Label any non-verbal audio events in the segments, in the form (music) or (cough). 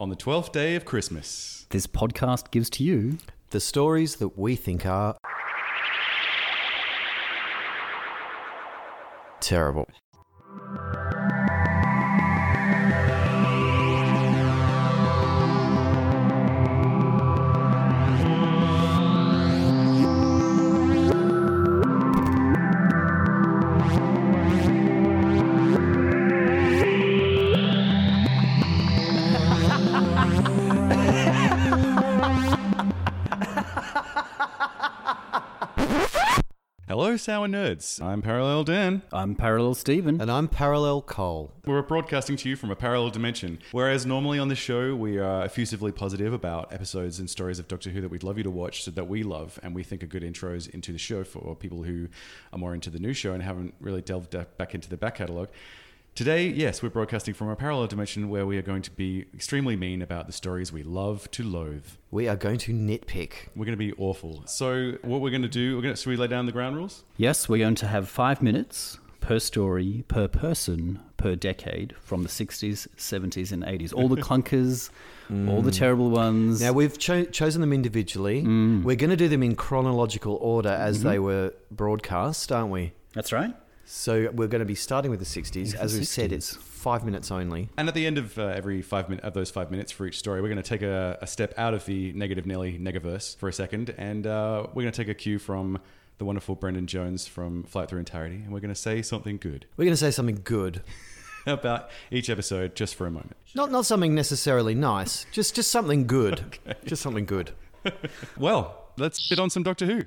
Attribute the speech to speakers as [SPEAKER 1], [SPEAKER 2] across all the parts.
[SPEAKER 1] on the 12th day of Christmas.
[SPEAKER 2] This podcast gives to you
[SPEAKER 3] The stories that we think are terrible.
[SPEAKER 1] Hello, Sour Nerds. I'm Parallel Dan.
[SPEAKER 2] I'm Parallel Steven.
[SPEAKER 3] And I'm Parallel Cole.
[SPEAKER 1] We're broadcasting to you from a parallel dimension. Whereas normally on the show, we are effusively positive about episodes and stories of Doctor Who that we'd love you to watch, so that we love and we think are good intros into the show for people who are more into the new show and haven't really delved da- back into the back catalogue. Today, yes, we're broadcasting from a parallel dimension where we are going to be extremely mean about the stories we love to loathe.
[SPEAKER 3] We are going to nitpick.
[SPEAKER 1] We're going to be awful. So, what we're going to do, we're going to, should we lay down the ground rules?
[SPEAKER 2] yes, we're going to have five minutes per story, per person, per decade from the 60s, 70s, and 80s. All the clunkers, all the terrible ones.
[SPEAKER 3] Now, we've cho- chosen them individually.
[SPEAKER 2] Mm.
[SPEAKER 3] We're going to do them in chronological order as
[SPEAKER 2] Mm-hmm.
[SPEAKER 3] they were broadcast, aren't we?
[SPEAKER 2] That's right.
[SPEAKER 3] So we're going to be starting with the 60s.
[SPEAKER 2] With the
[SPEAKER 3] As we've said, it's
[SPEAKER 2] 60s.
[SPEAKER 3] five minutes only.
[SPEAKER 1] And at the end of uh, every five min- of those five minutes for each story, we're going to take a, a step out of the negative Nelly negaverse for a second, and uh, we're going to take a cue from the wonderful Brendan Jones from Flight Through Entirety, and we're going to say something good (laughs)
[SPEAKER 3] We're going to say something good.
[SPEAKER 1] about each episode just for a moment.
[SPEAKER 3] Not, not something necessarily nice, just, just
[SPEAKER 2] (laughs)
[SPEAKER 3] something good. Just something good.
[SPEAKER 1] Well, let's sit on some
[SPEAKER 2] (laughs)
[SPEAKER 1] Doctor Who.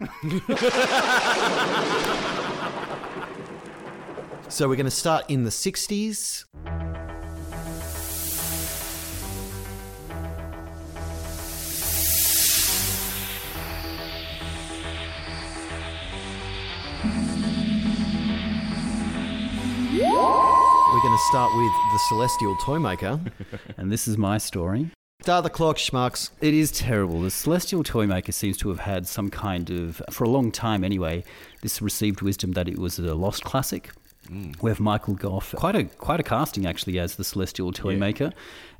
[SPEAKER 3] So we're going to start in the 60s. We're going to start with The Celestial
[SPEAKER 2] (laughs)
[SPEAKER 3] Toymaker.
[SPEAKER 2] And this is my story.
[SPEAKER 3] Start the clock, schmucks.
[SPEAKER 2] It is terrible. The Celestial Toymaker seems to have had some kind of, for a long time anyway, this received wisdom that it was a lost classic. We have Michael Goff, quite a quite a casting actually as the Celestial Toymaker,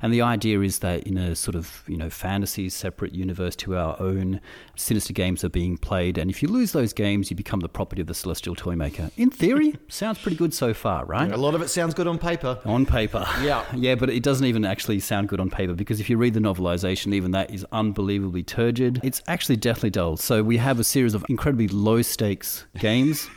[SPEAKER 2] and the idea is that in a sort of you know fantasy separate universe to our own, sinister games are being played, and if you lose those games, you become the property of the Celestial Toymaker. In theory, sounds pretty good so far, right?
[SPEAKER 3] A lot of it sounds good on paper.
[SPEAKER 2] On paper.
[SPEAKER 3] Yeah.
[SPEAKER 2] (laughs) yeah, but it doesn't even actually sound good on paper because if you read the novelization, even that is unbelievably turgid. It's actually deathly dull. So we have a series of incredibly low stakes games.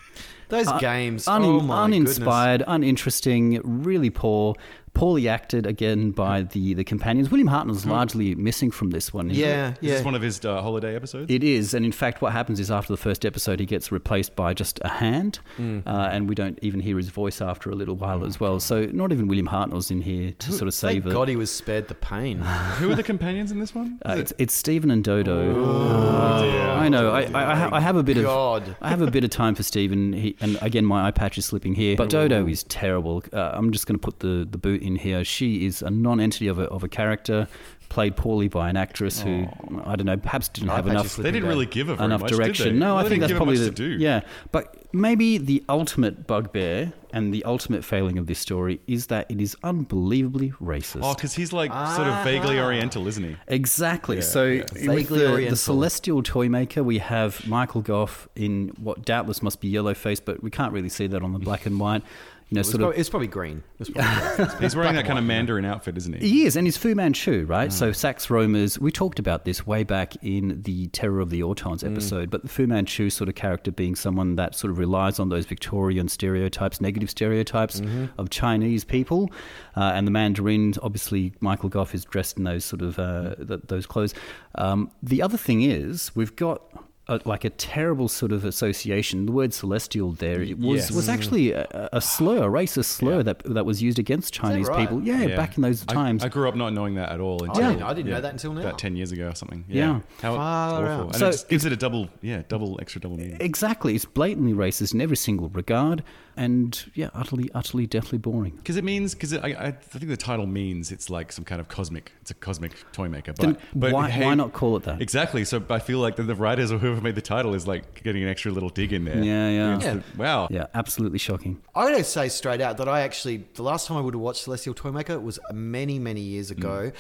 [SPEAKER 3] Those
[SPEAKER 2] Un-
[SPEAKER 3] (laughs) games,
[SPEAKER 2] Uh, un-
[SPEAKER 3] oh my goodness.
[SPEAKER 2] uninspired, uninteresting, really poor, poorly acted again by the, the companions. William Hartnell's largely missing from this one. isn't
[SPEAKER 3] Hmm. Yeah,
[SPEAKER 1] Is this
[SPEAKER 3] yeah.
[SPEAKER 1] one of his uh, holiday episodes?
[SPEAKER 2] it is, and in fact, what happens is after the first episode, he gets replaced by just a hand,
[SPEAKER 3] Hmm.
[SPEAKER 2] uh, and we don't even hear his voice after a little while as well. So not even William Hartnell's in here to sort of
[SPEAKER 3] Thank
[SPEAKER 2] save it.
[SPEAKER 3] God he was spared the pain.
[SPEAKER 1] who are the companions in this
[SPEAKER 2] (laughs)
[SPEAKER 1] one?
[SPEAKER 2] Uh, it's, it's Stephen and Dodo.
[SPEAKER 1] Oh,
[SPEAKER 2] Uh, I know. I, I, I, ha- I have a bit of
[SPEAKER 3] God.
[SPEAKER 2] I have a bit of time for Stephen. He, and again, my eye patch is slipping here. But Dodo is terrible. Uh, I'm just going to put the, the boot in here. She is a non-entity of a, of a character, played poorly by an actress who I don't know, perhaps didn't
[SPEAKER 3] Eye
[SPEAKER 2] have
[SPEAKER 3] patch is
[SPEAKER 2] enough
[SPEAKER 3] slipping
[SPEAKER 1] they didn't
[SPEAKER 3] bad.
[SPEAKER 1] really give her very
[SPEAKER 2] enough
[SPEAKER 1] much,
[SPEAKER 2] direction.
[SPEAKER 1] Did they?
[SPEAKER 2] No, I
[SPEAKER 1] They didn't
[SPEAKER 2] think that's
[SPEAKER 1] give her
[SPEAKER 2] probably
[SPEAKER 1] much
[SPEAKER 2] the,
[SPEAKER 1] to do.
[SPEAKER 2] yeah. But maybe the ultimate bugbear and the ultimate failing of this story is that it is unbelievably racist.
[SPEAKER 1] Oh, because he's like sort of vaguely Oriental, isn't he?
[SPEAKER 2] Exactly. so with
[SPEAKER 3] Vaguely
[SPEAKER 2] the,
[SPEAKER 3] Oriental.
[SPEAKER 2] the celestial toymaker, we have Michael Goff in what doubtless must be yellow face, but we can't really see that on the black and white. You know,
[SPEAKER 3] It was,
[SPEAKER 2] sort
[SPEAKER 3] probably,
[SPEAKER 2] of.
[SPEAKER 3] it was probably green. It was probably
[SPEAKER 1] He's wearing that kind of Mandarin outfit, isn't he?
[SPEAKER 2] He is, and he's Fu Manchu, right? So Sax Romers, we talked about this way back in the Terror of the Autons episode, but the Fu Manchu sort of character being someone that sort of relies on those Victorian stereotypes, negative stereotypes of Chinese people, uh, and the Mandarin. Obviously, Michael Goff is dressed in those sort of uh, th- those clothes. Um, the other thing is, we've got. A, like a terrible sort of association. The word "celestial" there it was
[SPEAKER 1] Yes.
[SPEAKER 2] was actually a, a slur, a racist slur that that was used against Chinese
[SPEAKER 3] right?
[SPEAKER 2] people. Yeah,
[SPEAKER 1] Yeah.
[SPEAKER 2] back in those
[SPEAKER 1] I-
[SPEAKER 2] times.
[SPEAKER 1] I, grew up not knowing that at all. Until,
[SPEAKER 3] didn't- Oh, I didn't know that until now.
[SPEAKER 1] About ten years ago or something.
[SPEAKER 2] Yeah.
[SPEAKER 1] How
[SPEAKER 3] Far
[SPEAKER 1] it's awful.
[SPEAKER 3] out.
[SPEAKER 1] And
[SPEAKER 2] So-
[SPEAKER 1] it just gives it a double, yeah, double extra double meaning.
[SPEAKER 2] Exactly. It's blatantly racist in every single regard and, yeah, utterly, utterly, deathly boring.
[SPEAKER 1] Because it means, because I, I think the title means it's like some kind of cosmic, it's a cosmic toy maker. But,
[SPEAKER 2] Then
[SPEAKER 1] but
[SPEAKER 2] why-
[SPEAKER 1] hey-
[SPEAKER 2] why not call it that?
[SPEAKER 1] Exactly. So I feel like the, the writers or whoever made the title is like getting an extra little dig in there.
[SPEAKER 2] Yeah, yeah.
[SPEAKER 1] It's
[SPEAKER 3] Yeah.
[SPEAKER 1] the- wow.
[SPEAKER 2] Yeah, absolutely shocking.
[SPEAKER 3] I'm going to say
[SPEAKER 1] Mm.
[SPEAKER 3] straight out that I actually, the last time I would have watched Celestial Toymaker was many, many years ago.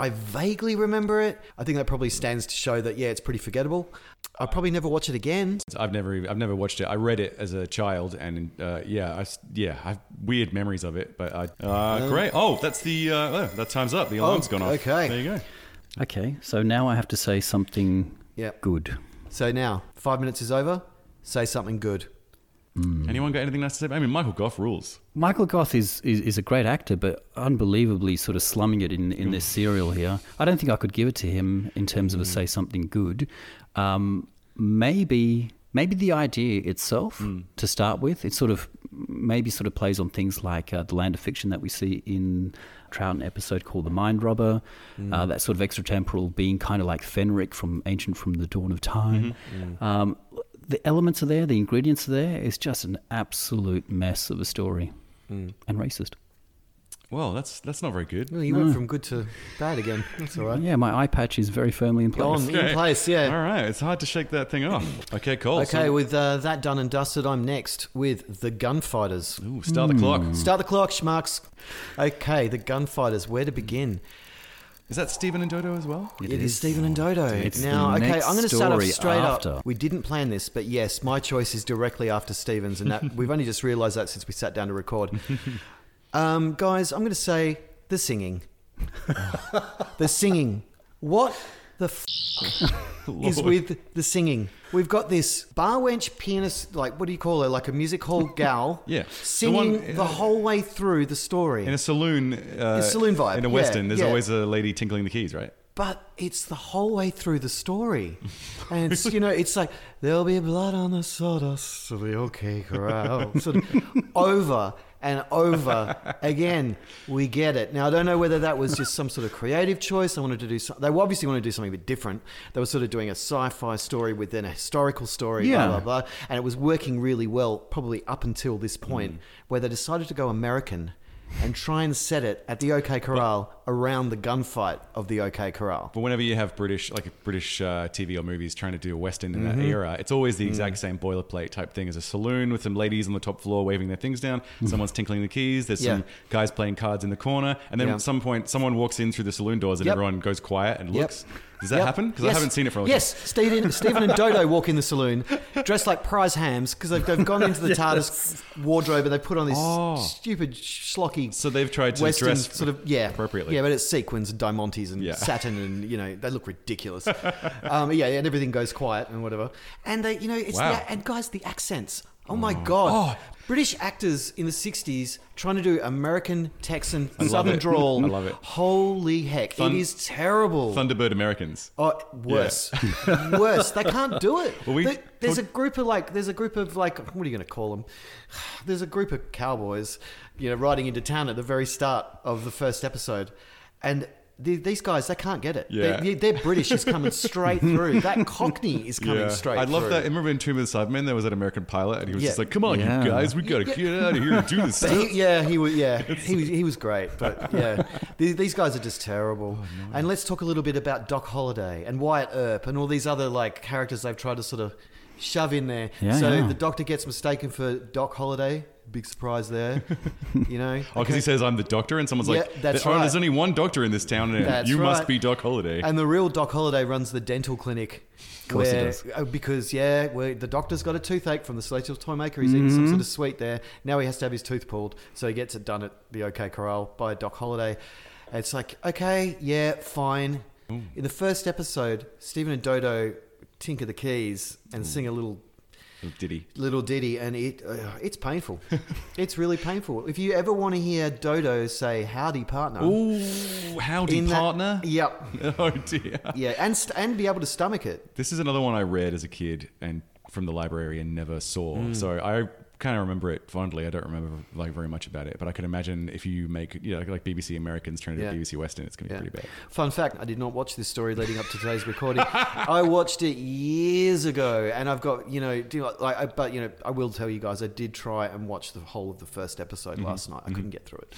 [SPEAKER 3] I vaguely remember it. I think that probably stands to show that yeah, it's pretty forgettable. I'll probably never watch it again.
[SPEAKER 1] I've never even, I've never watched it. I read it as a child, and uh, yeah, I s- yeah, I have weird memories of it. But I uh, great. Oh, that's the uh, oh, that time's up. The alarm's gone off.
[SPEAKER 3] Oh, okay.
[SPEAKER 1] there you go.
[SPEAKER 2] Okay, so now I have to say something
[SPEAKER 3] Yep.
[SPEAKER 2] good.
[SPEAKER 3] So now five minutes is over. Say something good.
[SPEAKER 1] Anyone got anything nice to say? I mean, Michael Goff rules.
[SPEAKER 2] Michael Goth is, is, is a great actor, but unbelievably sort of slumming it in, in this serial here. I don't think I could give it to him in terms of a say something good. Um, maybe maybe the idea itself to start with. It sort of maybe sort of plays on things like uh, the land of fiction that we see in Trouton episode called The Mind Robber, uh, that sort of extratemporal being kind of like Fenric from ancient from the dawn of time. Um, the elements are there, the ingredients are there. It's just an absolute mess of a story
[SPEAKER 3] Hmm.
[SPEAKER 2] and racist.
[SPEAKER 1] Well, that's that's not very good.
[SPEAKER 3] Well, you went from good to bad again. That's
[SPEAKER 1] (laughs)
[SPEAKER 3] all right.
[SPEAKER 2] Yeah, my eye patch is very firmly in
[SPEAKER 3] Go
[SPEAKER 2] place.
[SPEAKER 3] on, in place. Yeah.
[SPEAKER 1] All right, it's hard to shake that thing
[SPEAKER 3] (laughs)
[SPEAKER 1] off. Okay, cool.
[SPEAKER 3] Okay,
[SPEAKER 1] So-
[SPEAKER 3] with uh, that done and dusted, I'm next with the gunfighters.
[SPEAKER 1] Ooh, start the clock.
[SPEAKER 3] Start the clock, schmucks. Okay, the gunfighters. Where to begin?
[SPEAKER 1] Is that Stephen and Dodo as well?
[SPEAKER 3] it is, Stephen and Dodo.
[SPEAKER 2] It's
[SPEAKER 3] now,
[SPEAKER 2] the
[SPEAKER 3] okay,
[SPEAKER 2] next
[SPEAKER 3] I'm going to start off
[SPEAKER 2] story
[SPEAKER 3] straight
[SPEAKER 2] after.
[SPEAKER 3] up. We didn't plan this, but yes, my choice is directly after Stevens, and that we've only just realised that since we sat down to record. Um, guys, I'm going to say the singing. the singing. What the f- is with the singing? We've got this bar wench pianist, like what do you call her? Like a music hall gal.
[SPEAKER 1] Yeah. The
[SPEAKER 3] singing the,
[SPEAKER 1] one-
[SPEAKER 3] whole way through the story.
[SPEAKER 1] In a saloon. Uh,
[SPEAKER 3] a saloon vibe,
[SPEAKER 1] In a
[SPEAKER 3] yeah,
[SPEAKER 1] western, there's
[SPEAKER 3] yeah.
[SPEAKER 1] always a lady tinkling the keys, right?
[SPEAKER 3] but it's the whole way through the (laughs) story. And it's, you know, it's like, there'll be blood on the sawdust of the OK Corral. (laughs) Sort of over and over again. We get it. Now, I don't know whether that was just some sort of creative choice. They wanted to do something. They obviously wanted to do something a bit different. They were sort of doing a sci fi story within a historical story,
[SPEAKER 2] Yeah.
[SPEAKER 3] blah, blah, blah. And it was working really well, probably up until this
[SPEAKER 1] Mm.
[SPEAKER 3] point, where they decided to go American. And try and set it at the OK Corral around the gunfight of the OK Corral.
[SPEAKER 1] But whenever you have British, like British uh, TV or movies trying to do a western in
[SPEAKER 3] Mm-hmm.
[SPEAKER 1] that era, it's always the exact
[SPEAKER 3] Mm.
[SPEAKER 1] same boilerplate type thing as a saloon with some ladies on the top floor waving their things down. Someone's tinkling the keys. There's some
[SPEAKER 3] Mm. Yeah.
[SPEAKER 1] guys playing cards in the corner, and then
[SPEAKER 3] Yeah.
[SPEAKER 1] at some point, someone walks in through the saloon doors, and
[SPEAKER 3] Yep.
[SPEAKER 1] everyone goes quiet and
[SPEAKER 3] Yep.
[SPEAKER 1] looks. Does that
[SPEAKER 3] Yep.
[SPEAKER 1] happen? Because
[SPEAKER 3] Yes.
[SPEAKER 1] I haven't seen it for a long
[SPEAKER 3] Yes, Stephen, Stephen
[SPEAKER 1] (laughs)
[SPEAKER 3] and Dodo walk in the saloon dressed like prize hams because they've, they've
[SPEAKER 1] (laughs)
[SPEAKER 3] gone into the TARDIS wardrobe and they put on this
[SPEAKER 1] Oh.
[SPEAKER 3] stupid schlocky
[SPEAKER 1] So they've tried to
[SPEAKER 3] Western
[SPEAKER 1] dress
[SPEAKER 3] sort of yeah
[SPEAKER 1] appropriately.
[SPEAKER 3] Yeah, but it's sequins and diamantes and
[SPEAKER 1] Yeah. (laughs)
[SPEAKER 3] satin and you know they look ridiculous. um, yeah, and everything goes quiet and whatever. And they, you know, it's
[SPEAKER 1] Wow.
[SPEAKER 3] the, and guys, the accents. Oh my god! British actors in the '60s trying to do American Texan
[SPEAKER 1] love
[SPEAKER 3] Southern
[SPEAKER 1] it.
[SPEAKER 3] drawl.
[SPEAKER 1] I love it.
[SPEAKER 3] Holy heck!
[SPEAKER 1] Thun-
[SPEAKER 3] it is terrible.
[SPEAKER 1] Thunderbird Americans.
[SPEAKER 3] Oh, worse, (laughs) worse. They can't do it.
[SPEAKER 1] Well, we
[SPEAKER 3] They- there's
[SPEAKER 1] talked-
[SPEAKER 3] a group of like, there's a group of like, what are you going to call them? (sighs) There's a group of cowboys, you know, riding into town at the very start of the first episode, and. the- These guys, they can't get it.
[SPEAKER 1] Yeah.
[SPEAKER 3] They, their British is coming straight through. That Cockney is coming straight.
[SPEAKER 1] I love
[SPEAKER 3] through.
[SPEAKER 1] that. Remember in Tomb of the Cybermen, there was that American pilot, and he was
[SPEAKER 3] Yeah.
[SPEAKER 1] just like, "Come on,
[SPEAKER 2] Yeah.
[SPEAKER 1] you guys, we gotta get out of here and do this."
[SPEAKER 3] (laughs) But
[SPEAKER 1] stuff."
[SPEAKER 3] he, yeah, he was. Yeah, he was. He was great. But yeah, these, these guys are just terrible. And let's talk a little bit about Doc Holliday and Wyatt Earp and all these other like characters they've tried to sort of shove in there.
[SPEAKER 2] Yeah,
[SPEAKER 3] so
[SPEAKER 2] yeah.
[SPEAKER 3] the Doctor gets mistaken for Doc Holliday. Big surprise there. (laughs) you know.
[SPEAKER 1] Oh, because he says I'm the doctor, and someone's
[SPEAKER 3] Yeah,
[SPEAKER 1] like,
[SPEAKER 3] that's
[SPEAKER 1] "Oh, there's
[SPEAKER 3] right.
[SPEAKER 1] only one doctor in this town, and
[SPEAKER 3] That's
[SPEAKER 1] you must
[SPEAKER 3] right.
[SPEAKER 1] be Doc (laughs) Holliday."
[SPEAKER 3] And the real Doc Holliday runs the dental clinic. Of
[SPEAKER 2] course he does.
[SPEAKER 3] Because, yeah, where the doctor's got a toothache from the Celestial Toymaker. He's eating some sort of sweet there. Now he has to have his tooth pulled. So he gets it done at the OK Corral by Doc Holliday. And it's like, okay, yeah, fine. In the first episode, Stephen and Dodo tinker the keys and sing a little
[SPEAKER 1] Oh, Did he?
[SPEAKER 3] little ditty, and it uh, it's painful. it's really painful. If you ever want to hear Dodo say "Howdy, partner,"
[SPEAKER 1] Ooh, howdy,
[SPEAKER 3] Um, in that- (laughs)
[SPEAKER 1] partner.
[SPEAKER 3] yep,
[SPEAKER 1] (laughs) Oh dear.
[SPEAKER 3] yeah, and st- and be able to stomach it.
[SPEAKER 1] This is another one I read as a kid and from the library and never saw.
[SPEAKER 3] Hmm.
[SPEAKER 1] So I kind of remember it fondly. I don't remember like very much about it, but I can imagine if you make you know like BBC Americans trying to
[SPEAKER 3] Yeah.
[SPEAKER 1] do BBC Western, it's gonna be
[SPEAKER 3] Yeah.
[SPEAKER 1] pretty bad.
[SPEAKER 3] Fun fact: I did not watch this story leading up to today's recording. (laughs) I watched it years ago, and I've got you know, do you know, like, I, but you know, I will tell you guys, I did try and watch the whole of the first episode
[SPEAKER 2] Mm-hmm.
[SPEAKER 3] last night. I couldn't get through it,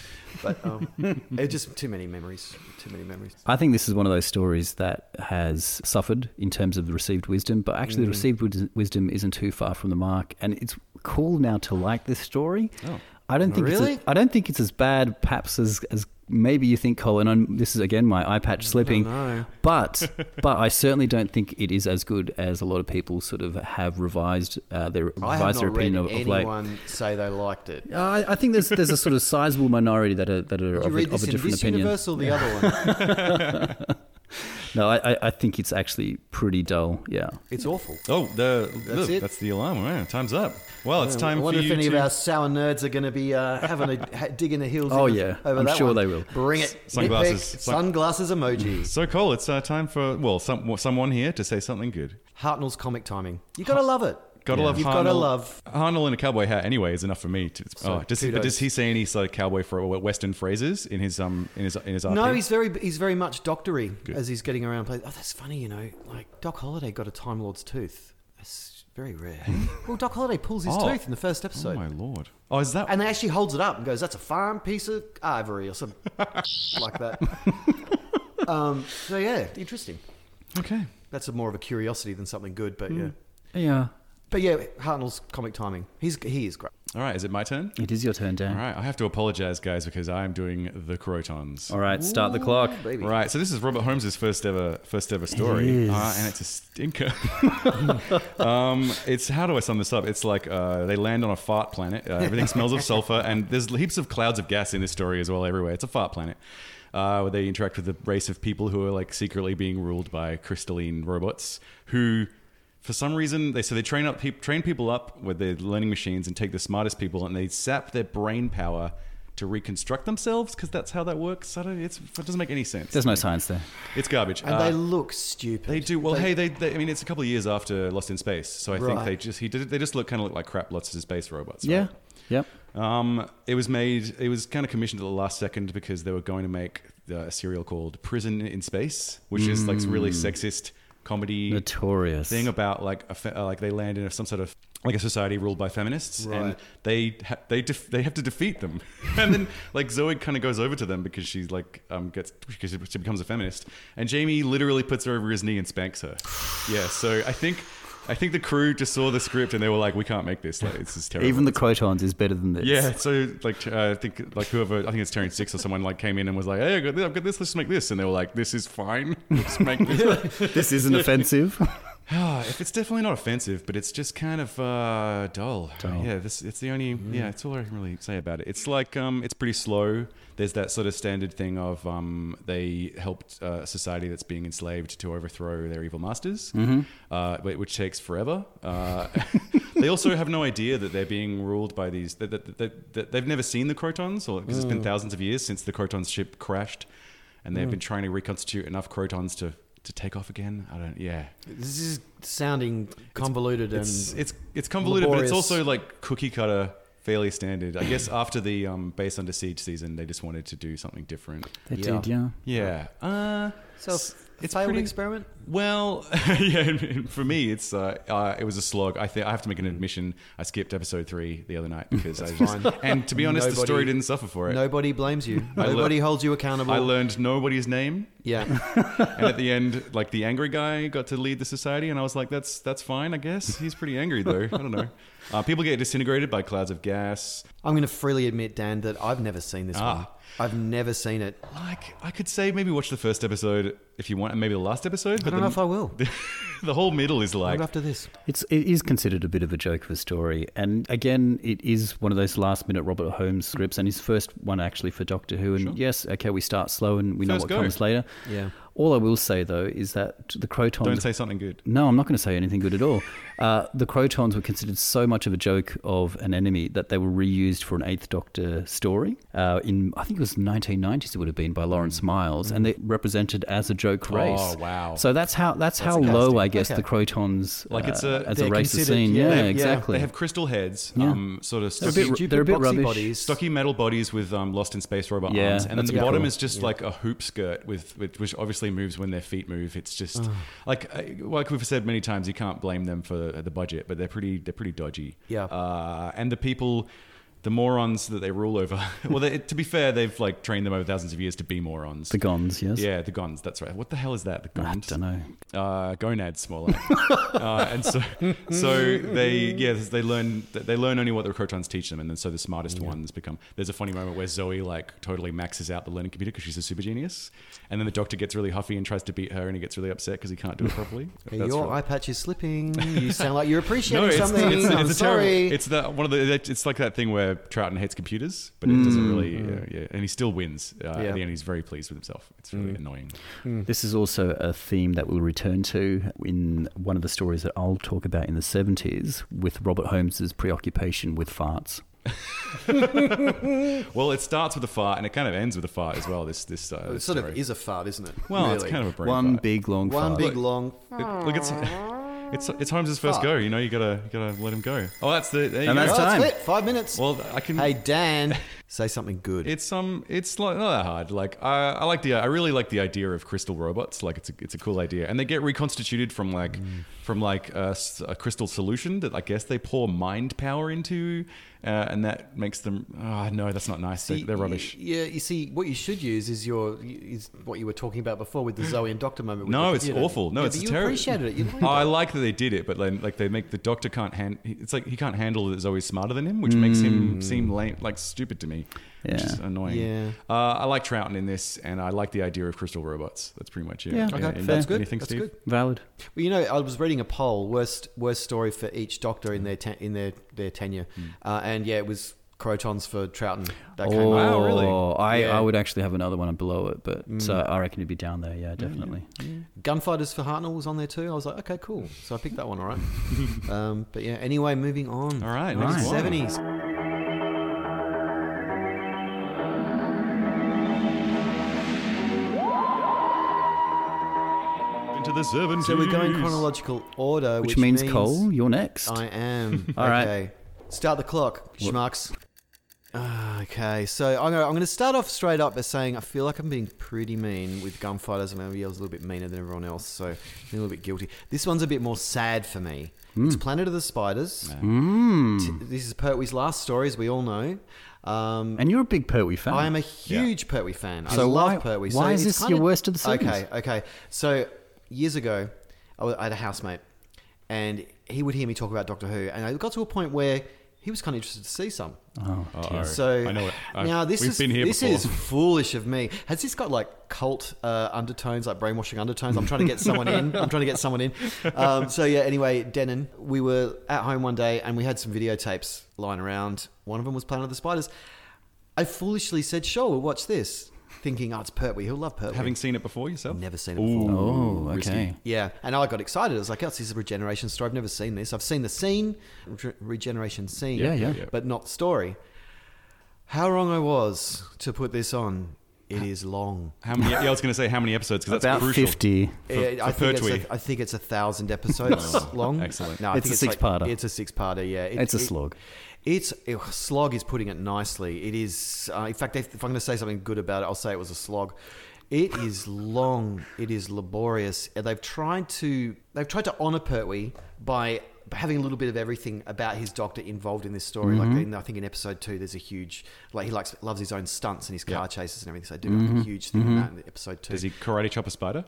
[SPEAKER 2] (laughs)
[SPEAKER 3] but um, it just too many memories, too many memories.
[SPEAKER 2] I think this is one of those stories that has suffered in terms of the received wisdom, but actually, the
[SPEAKER 3] Mm.
[SPEAKER 2] received wis- wisdom isn't too far from the mark, and it's cool now to like this story.
[SPEAKER 1] Oh.
[SPEAKER 2] I don't think
[SPEAKER 3] Really?
[SPEAKER 2] it's as, I don't think it's as bad, perhaps as as maybe you think, Colin, I'm, this is again my eye patch slipping,
[SPEAKER 3] know. (laughs)
[SPEAKER 2] but but I certainly don't think it is as good as a lot of people sort of have revised uh, their
[SPEAKER 3] I have
[SPEAKER 2] revised
[SPEAKER 3] not
[SPEAKER 2] their
[SPEAKER 3] read
[SPEAKER 2] opinion of, of late.
[SPEAKER 3] anyone say they liked it.
[SPEAKER 2] Uh, I, I think there's there's a sort of sizable minority that are that are
[SPEAKER 3] Did you
[SPEAKER 2] of,
[SPEAKER 3] read
[SPEAKER 2] a, of
[SPEAKER 3] this
[SPEAKER 2] a
[SPEAKER 3] in
[SPEAKER 2] different
[SPEAKER 3] this
[SPEAKER 2] opinion.
[SPEAKER 3] universe or the other
[SPEAKER 2] (laughs)
[SPEAKER 3] one?
[SPEAKER 2] No, I, I, I think it's actually pretty dull. Yeah.
[SPEAKER 3] It's awful.
[SPEAKER 1] Oh, the
[SPEAKER 3] That's
[SPEAKER 1] that's,
[SPEAKER 3] it.
[SPEAKER 1] that's the alarm. Wow, time's up. Well, it's time
[SPEAKER 3] I
[SPEAKER 1] for
[SPEAKER 3] wonder if
[SPEAKER 1] you
[SPEAKER 3] any
[SPEAKER 1] to.
[SPEAKER 3] of our sour nerds are going to be uh, having a ha- dig in the heels.
[SPEAKER 2] Oh,
[SPEAKER 3] in-
[SPEAKER 2] yeah.
[SPEAKER 3] over
[SPEAKER 2] I'm
[SPEAKER 3] that
[SPEAKER 2] sure
[SPEAKER 3] one.
[SPEAKER 2] they will. Mm-hmm.
[SPEAKER 3] Bring it.
[SPEAKER 1] Sunglasses.
[SPEAKER 3] Nitpick,
[SPEAKER 1] Sun-
[SPEAKER 3] sunglasses emoji.
[SPEAKER 1] so Cole, it's uh, time for well, some, someone here to say something good.
[SPEAKER 3] Hartnell's comic timing. You gotta love it.
[SPEAKER 1] Gotta love.
[SPEAKER 3] You've
[SPEAKER 1] Harnell.
[SPEAKER 3] gotta love.
[SPEAKER 1] Harnell in a cowboy hat. Anyway, is enough for me. To, oh, does he, but
[SPEAKER 3] kudos.
[SPEAKER 1] does he say any sort of cowboy for Western phrases in his um in his in his RP?
[SPEAKER 3] No, he's very he's very much doctory as he's getting around. Play. Oh, that's funny. You know, like Doc Holliday got a Time Lord's tooth. That's very rare. well, Doc Holliday pulls his
[SPEAKER 1] Hmm? Oh.
[SPEAKER 3] tooth in the first
[SPEAKER 1] Oh
[SPEAKER 3] episode,
[SPEAKER 1] my lord! Oh, is that?
[SPEAKER 3] and they actually holds it up and goes, "That's a fine piece of ivory"
[SPEAKER 1] (laughs)
[SPEAKER 3] or something like that. Um, so yeah, interesting.
[SPEAKER 1] okay.
[SPEAKER 3] That's a more of a curiosity than something good, but
[SPEAKER 1] Hmm.
[SPEAKER 3] yeah.
[SPEAKER 2] Yeah.
[SPEAKER 3] But yeah, Hartnell's comic timing. He's he is great.
[SPEAKER 1] All right. Is it my turn?
[SPEAKER 2] It is your turn, Dan.
[SPEAKER 1] All right. I have to apologize, guys, because I am doing the Crotons.
[SPEAKER 2] All right, start the clock.
[SPEAKER 3] Baby.
[SPEAKER 1] Right, so this is Robert Holmes's first ever first ever story,
[SPEAKER 2] is.
[SPEAKER 1] Uh, and it's a stinker. um, it's how do I sum this up? It's like uh, they land on a fart planet. Uh,
[SPEAKER 3] (laughs)
[SPEAKER 1] everything smells of sulfur, and there's heaps of clouds of gas in this story as well. Everywhere, it's a fart planet. Uh, where they interact with a race of people who are like secretly being ruled by crystalline robots who. For some reason, they so they train up peop train people up with their learning machines and take the smartest people and they sap their brain power to reconstruct themselves because that's how that works. I don't, it's, it doesn't make any sense.
[SPEAKER 2] There's no science there.
[SPEAKER 1] It's garbage.
[SPEAKER 3] And
[SPEAKER 1] Uh,
[SPEAKER 3] they look stupid.
[SPEAKER 1] they do well. hey, they, they. I mean, it's a couple of years after Lost in Space, so I think
[SPEAKER 3] Right.
[SPEAKER 1] they just he did. They just look kind of look like crap Lost in Space robots.
[SPEAKER 2] Yeah. Yep.
[SPEAKER 1] Yeah. Um, it was made. It was kind of commissioned at the last second because they were going to make uh, a serial called Prison in Space, which is like really sexist comedy
[SPEAKER 2] Notorious.
[SPEAKER 1] thing about like a fe- uh, like they land in some sort of like a society ruled by feminists and
[SPEAKER 3] Right.
[SPEAKER 1] they ha- they def- they have to defeat them (laughs) and then like Zoe kind of goes over to them because she's like um gets because she becomes a feminist and Jamie literally puts her over his knee and spanks her yeah so I think I think the crew just saw the script and they were like we can't make this like this is terrible
[SPEAKER 2] Even the Crotons is better than this.
[SPEAKER 1] yeah, so like uh, I think like whoever I think it's Terrence Six or someone like came in and was like, "Hey, I've got this, I've got this. Let's make this," and they were like, "This is fine. (laughs) Let's make this."
[SPEAKER 2] (laughs) this isn't
[SPEAKER 1] (laughs)
[SPEAKER 2] offensive. (laughs)
[SPEAKER 1] Ah, (sighs) if it's definitely not offensive, but it's just kind of uh, dull. Yeah, this it's the only yeah, it's all I can really say about it. It's like um, it's pretty slow. There's that sort of standard thing of um, they helped uh, a society that's being enslaved to overthrow their evil masters, uh, but- which takes forever. Uh, (laughs) they also have no idea that they're being ruled by these. That, that, that, that they've never seen the Crotons, or because it's been thousands of years since the Croton's ship crashed, and they've been trying to reconstitute enough Crotons to. To take off again? I don't. Yeah,
[SPEAKER 3] This is sounding convoluted
[SPEAKER 1] it's
[SPEAKER 3] and
[SPEAKER 1] it's it's convoluted, but
[SPEAKER 3] laborious.
[SPEAKER 1] it's also like cookie cutter, fairly standard. I guess after the um, base under siege season, they just wanted to do something different.
[SPEAKER 2] They
[SPEAKER 3] Yeah.
[SPEAKER 2] did, yeah.
[SPEAKER 1] Yeah. Uh,
[SPEAKER 3] so
[SPEAKER 1] s-
[SPEAKER 3] it's failed
[SPEAKER 1] pretty-
[SPEAKER 3] experiment.
[SPEAKER 1] Well, (laughs) yeah. and- and For me, it's uh, uh, it was a slog. I think I have to make an admission. I skipped episode three the other night because I just,
[SPEAKER 3] fine.
[SPEAKER 1] (laughs) and to be honest, the story
[SPEAKER 3] Nobody-
[SPEAKER 1] didn't suffer for it.
[SPEAKER 3] Nobody blames you.
[SPEAKER 1] (laughs) I lear-
[SPEAKER 3] Nobody holds you accountable.
[SPEAKER 1] I learned nobody's name.
[SPEAKER 3] yeah,
[SPEAKER 1] (laughs) and at the end, like the angry guy got to lead the society, and I was like, "That's that's fine, I guess." He's pretty angry though. I don't know. Uh, people get disintegrated by clouds of gas.
[SPEAKER 3] I'm going to freely admit, Dan, that I've never seen this
[SPEAKER 1] Ah.
[SPEAKER 3] one. I've never seen it.
[SPEAKER 1] Like, I could say maybe watch the first episode if you want, and maybe the last episode. But
[SPEAKER 3] I don't
[SPEAKER 1] the,
[SPEAKER 3] know if I will.
[SPEAKER 1] (laughs) the whole middle is
[SPEAKER 3] Right
[SPEAKER 1] like,
[SPEAKER 3] after this,
[SPEAKER 2] It's it is considered a bit of a joke of a story, and again, it is one of those last minute Robert Holmes scripts, and his first one actually for Doctor Who. And yes, okay, we start slow, and we know
[SPEAKER 1] First
[SPEAKER 2] what
[SPEAKER 1] go.
[SPEAKER 2] comes later.
[SPEAKER 3] Yeah.
[SPEAKER 2] All I will say though is that the Crotons.
[SPEAKER 1] don't say something good.
[SPEAKER 2] no, I'm not going to say anything good at all. Uh, the Crotons were considered so much of a joke of an enemy that they were reused for an Eighth Doctor story uh, in, I think it was 1990s, it would have been by Lawrence Miles, and they represented as a joke race.
[SPEAKER 1] Oh, wow.
[SPEAKER 2] So that's how that's, how
[SPEAKER 3] casting.
[SPEAKER 2] low I guess
[SPEAKER 3] Okay.
[SPEAKER 2] the Crotons
[SPEAKER 1] Like, it's a-
[SPEAKER 2] uh, as a
[SPEAKER 3] They're
[SPEAKER 2] race is
[SPEAKER 3] considered-
[SPEAKER 2] seen.
[SPEAKER 3] yeah,
[SPEAKER 2] Yeah,
[SPEAKER 3] they- yeah,
[SPEAKER 2] exactly.
[SPEAKER 1] They have crystal heads,
[SPEAKER 2] Yeah.
[SPEAKER 1] um, sort of
[SPEAKER 2] a
[SPEAKER 1] stocky,
[SPEAKER 2] bit ru-
[SPEAKER 3] stupid
[SPEAKER 2] they're a bit
[SPEAKER 3] boxy
[SPEAKER 2] rubbish.
[SPEAKER 3] bodies.
[SPEAKER 1] stocky metal bodies with um, lost in space robot
[SPEAKER 2] Yeah,
[SPEAKER 1] arms, and then
[SPEAKER 2] that's
[SPEAKER 1] the
[SPEAKER 2] pretty
[SPEAKER 1] bottom
[SPEAKER 2] cool.
[SPEAKER 1] is just like a hoop skirt with, with which obviously moves when their feet move. It's just like I- like we've said many times, you can't blame them for the budget, but they're pretty they're pretty dodgy.
[SPEAKER 3] Yeah.
[SPEAKER 1] uh, and the people. the morons that they rule over. (laughs) well, they, to be fair, they've like trained them over thousands of years to be morons.
[SPEAKER 2] The Gons, yes.
[SPEAKER 1] yeah, the Gons. That's right. What the hell is that? The
[SPEAKER 2] I
[SPEAKER 1] Gons.
[SPEAKER 2] don't know.
[SPEAKER 1] uh, gonads smaller, uh, and so so they yeah they learn they learn only what the Crotons teach them, and then so the smartest ones become. There's a funny moment where Zoe like totally maxes out the learning computer because she's a super genius, and then the Doctor gets really huffy and tries to beat her, and he gets really upset because he can't do it properly.
[SPEAKER 3] Hey, your
[SPEAKER 1] right.
[SPEAKER 3] eye patch is slipping.
[SPEAKER 1] (laughs)
[SPEAKER 3] You sound like you're appreciating
[SPEAKER 1] No, it's,
[SPEAKER 3] something.
[SPEAKER 1] it's, it's,
[SPEAKER 3] I'm
[SPEAKER 1] a
[SPEAKER 3] sorry.
[SPEAKER 1] terrible. It's the one of the. It's like that thing where Troughton hates computers, but it doesn't really. Uh, yeah, and he still wins. Uh,
[SPEAKER 3] Yeah.
[SPEAKER 1] At the end, he's very pleased with himself. It's really annoying.
[SPEAKER 2] This is also a theme that we'll return to in one of the stories that I'll talk about in the 70s with Robert Holmes's preoccupation with farts.
[SPEAKER 1] Well, it starts with a fart, and it kind of ends with a fart as well. This this. Uh,
[SPEAKER 3] it
[SPEAKER 1] this
[SPEAKER 3] sort
[SPEAKER 1] story.
[SPEAKER 3] of is a fart, isn't it?
[SPEAKER 1] Well,
[SPEAKER 3] really.
[SPEAKER 1] it's kind of a brain
[SPEAKER 2] One
[SPEAKER 1] fart.
[SPEAKER 2] big long
[SPEAKER 3] one
[SPEAKER 2] fart.
[SPEAKER 3] big long.
[SPEAKER 1] It- look, it's it's it's Holmes's first
[SPEAKER 3] Fuck.
[SPEAKER 1] go. You know, you gotta you gotta let him go. Oh, that's the there you
[SPEAKER 2] And
[SPEAKER 1] go.
[SPEAKER 2] That's
[SPEAKER 3] Oh,
[SPEAKER 2] time.
[SPEAKER 3] That's it. Five minutes.
[SPEAKER 1] well, I can.
[SPEAKER 3] hey Dan,
[SPEAKER 1] (laughs)
[SPEAKER 3] say something good.
[SPEAKER 1] It's um, it's like not that hard. Like I, I like the, I really like the idea of crystal robots. Like it's a, it's a cool idea, and they get reconstituted from like,
[SPEAKER 2] Mm.
[SPEAKER 1] from like a, s- a crystal solution that I guess they pour mind power into, uh, and that makes them. Oh, no, that's not nice.
[SPEAKER 3] See,
[SPEAKER 1] They, are rubbish.
[SPEAKER 3] y- Yeah, you see, what you should use is your is what you were talking about before with the Zoe and Doctor moment. with
[SPEAKER 1] No,
[SPEAKER 3] the
[SPEAKER 1] it's
[SPEAKER 3] computer.
[SPEAKER 1] awful. No,
[SPEAKER 3] Yeah,
[SPEAKER 1] it's
[SPEAKER 3] but you
[SPEAKER 1] terrible.
[SPEAKER 3] appreciated
[SPEAKER 1] (laughs)
[SPEAKER 3] it. You liked
[SPEAKER 1] Oh,
[SPEAKER 3] it.
[SPEAKER 1] I like that they did it, but then like they make the doctor can't hand. It's like he can't handle that Zoe's smarter than him, which makes him seem lame, like stupid to me, which
[SPEAKER 2] Mm. Yeah.
[SPEAKER 1] is annoying.
[SPEAKER 3] Yeah.
[SPEAKER 1] Uh, I like Trouton in this, and I like the idea of crystal robots. That's pretty much it.
[SPEAKER 2] Yeah. Okay,
[SPEAKER 1] and
[SPEAKER 2] that's
[SPEAKER 3] good.
[SPEAKER 1] Anything,
[SPEAKER 3] That's
[SPEAKER 1] Steve?
[SPEAKER 3] good.
[SPEAKER 2] Valid.
[SPEAKER 3] Well, you know, I was reading a poll worst worst story for each doctor in their ten, in their their tenure,
[SPEAKER 1] Hmm.
[SPEAKER 3] uh, and yeah, it was Crotons for Trouton. That came
[SPEAKER 2] oh,
[SPEAKER 3] up.
[SPEAKER 1] Wow, really?
[SPEAKER 2] I,
[SPEAKER 3] Yeah. Mm.
[SPEAKER 2] I would actually have another one below it, but so I reckon it'd be down there. Yeah, definitely.
[SPEAKER 3] Gunfighters for Hartnell was on there too. I was like, okay, cool. So I picked that one, all
[SPEAKER 1] (laughs)
[SPEAKER 3] right. um, but yeah, anyway, moving on.
[SPEAKER 1] All right,
[SPEAKER 2] Nice.
[SPEAKER 1] next one.
[SPEAKER 3] seventies.
[SPEAKER 1] into the seventies.
[SPEAKER 3] So we're going chronological order, which,
[SPEAKER 2] Which, means, Cole, you're next.
[SPEAKER 3] I am.
[SPEAKER 2] (laughs) All right.
[SPEAKER 3] okay. Start the clock, schmucks. Ah, Okay, so I'm gonna, I'm gonna start off straight up by saying I feel like I'm being pretty mean with gunfighters. and Maybe I was a little bit meaner than everyone else, so I'm a little bit guilty. This one's a bit more sad for me. It's
[SPEAKER 2] Hmm.
[SPEAKER 3] Planet of the Spiders. T- this is Pertwee's last story, as we all know. Um,
[SPEAKER 2] and you're a big Pertwee fan.
[SPEAKER 3] I am a huge Pertwee fan. I
[SPEAKER 2] So
[SPEAKER 3] love
[SPEAKER 2] why-
[SPEAKER 3] Pertwee.
[SPEAKER 2] why is
[SPEAKER 3] it's
[SPEAKER 2] this your worst of the series?
[SPEAKER 3] Okay, okay. So years ago, I wa- I had a housemate, and he would hear me talk about Doctor Who, and I got to a point where he was kind of interested to see some.
[SPEAKER 2] oh,
[SPEAKER 1] Uh-oh.
[SPEAKER 3] So
[SPEAKER 1] I know it. I've-
[SPEAKER 3] now this
[SPEAKER 1] we've
[SPEAKER 3] is
[SPEAKER 1] been here
[SPEAKER 3] this
[SPEAKER 1] before.
[SPEAKER 3] is foolish of me. Has this got like cult uh, undertones, like brainwashing undertones? I'm trying to get
[SPEAKER 1] (laughs)
[SPEAKER 3] someone in. I'm trying to get someone in. Um, so yeah. Anyway, Denon, we were at home one day and we had some videotapes lying around. One of them was Planet of the Spiders. I foolishly said, "Sure, we'll watch this," thinking, "Oh, it's Pertwee. He'll love Pertwee."
[SPEAKER 1] Having seen it before yourself?
[SPEAKER 3] Never seen it
[SPEAKER 1] Ooh,
[SPEAKER 3] before.
[SPEAKER 2] oh,
[SPEAKER 1] risky.
[SPEAKER 2] okay.
[SPEAKER 3] Yeah, and I got excited. I was like, oh, this is a regeneration story. I've never seen this. I've seen the scene, re- regeneration scene,
[SPEAKER 2] Yeah, yeah.
[SPEAKER 1] yeah.
[SPEAKER 3] but not the story. How wrong I was to put this on. It is long.
[SPEAKER 1] How many? Yeah, I was going to say how many episodes because that's
[SPEAKER 2] About
[SPEAKER 1] crucial.
[SPEAKER 2] 50.
[SPEAKER 3] Eh, I,
[SPEAKER 1] for
[SPEAKER 3] think it's
[SPEAKER 1] Pertwee.
[SPEAKER 3] a, I think it's a
[SPEAKER 2] (laughs)
[SPEAKER 3] thousand episodes long.
[SPEAKER 1] Excellent.
[SPEAKER 3] No, I
[SPEAKER 2] It's
[SPEAKER 3] think
[SPEAKER 2] a
[SPEAKER 3] like-
[SPEAKER 2] six-parter.
[SPEAKER 3] it's a six-parter. Yeah, It-
[SPEAKER 2] It's a
[SPEAKER 3] it-
[SPEAKER 2] slog.
[SPEAKER 3] It's ugh, slog is putting it nicely. It is. Uh, in fact, if, if I'm going to say something good about it, I'll say it was a slog. It is long. It is laborious. And They've tried to they've tried to honor Pertwee by having a little bit of everything about his doctor involved in this story.
[SPEAKER 2] Mm-hmm.
[SPEAKER 3] Like in, I think in episode two, there's a huge like he likes loves his own stunts and his car chases and everything. So they do
[SPEAKER 2] Mm-hmm.
[SPEAKER 3] like a huge thing in that in episode two.
[SPEAKER 1] Does he karate chop a spider?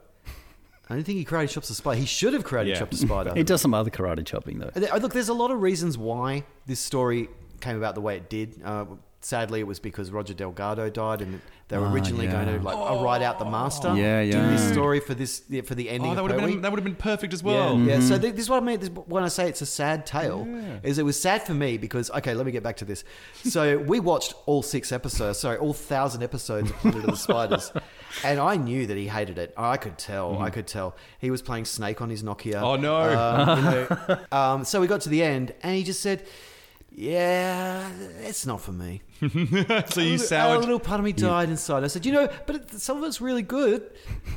[SPEAKER 3] I don't think he karate chops a spider. He should have karate
[SPEAKER 1] Yeah.
[SPEAKER 3] chopped a spider.
[SPEAKER 2] It does some other karate chopping, though.
[SPEAKER 3] And there- Look, there's a lot of reasons why this story came about the way it did. Uh, sadly, it was because Roger Delgado died, and they were
[SPEAKER 2] Ah,
[SPEAKER 3] originally
[SPEAKER 2] yeah.
[SPEAKER 3] going to like uh, write out the master.
[SPEAKER 2] Yeah,
[SPEAKER 3] Do this
[SPEAKER 2] yeah.
[SPEAKER 3] story for this yeah, for the ending.
[SPEAKER 1] Oh,
[SPEAKER 3] of
[SPEAKER 1] that would have
[SPEAKER 3] Pertwee.
[SPEAKER 1] been that would have been perfect as
[SPEAKER 3] yeah,
[SPEAKER 1] well.
[SPEAKER 3] yeah. So th- this is what I mean. This, when I say it's a sad tale, is it was sad for me because okay, let me get back to this. So we watched all six episodes, sorry, all thousand episodes of Planet of
[SPEAKER 1] (laughs)
[SPEAKER 3] the Spiders, and I knew that he hated it. I could tell. I could tell. He was playing Snake on his Nokia.
[SPEAKER 1] Mm-hmm. Oh, no.
[SPEAKER 3] Um, you know,
[SPEAKER 1] (laughs)
[SPEAKER 3] um, so we got to the end, and he just said, "Yeah, it's not for me."
[SPEAKER 1] (laughs) so
[SPEAKER 3] A
[SPEAKER 1] you
[SPEAKER 3] little- A
[SPEAKER 1] soured.
[SPEAKER 3] little part of me died inside. I said, "You know, but it, some of it's really good,"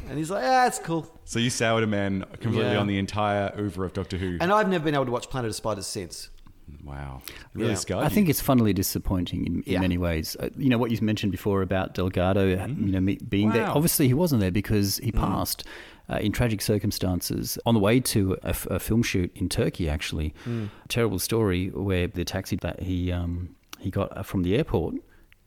[SPEAKER 3] and he's like, "Ah, it's cool."
[SPEAKER 1] So you soured a man completely
[SPEAKER 3] Yeah.
[SPEAKER 1] on the entire oeuvre of Doctor Who.
[SPEAKER 3] And I've never been able to watch Planet of Spiders since.
[SPEAKER 1] wow, really
[SPEAKER 3] Yeah.
[SPEAKER 1] scarred.
[SPEAKER 2] I
[SPEAKER 1] you.
[SPEAKER 2] think it's funnily disappointing in, in
[SPEAKER 3] Yeah.
[SPEAKER 2] many ways. Uh, you know what you mentioned before about Delgado, uh, you know, me- being there.
[SPEAKER 1] Mm-hmm. Wow. Mm.
[SPEAKER 2] Obviously, he wasn't there because he passed uh, in tragic circumstances on the way to a,
[SPEAKER 1] Mm.
[SPEAKER 2] f- a film shoot in Turkey. Actually, terrible story where the taxi that he um, he got uh, from the airport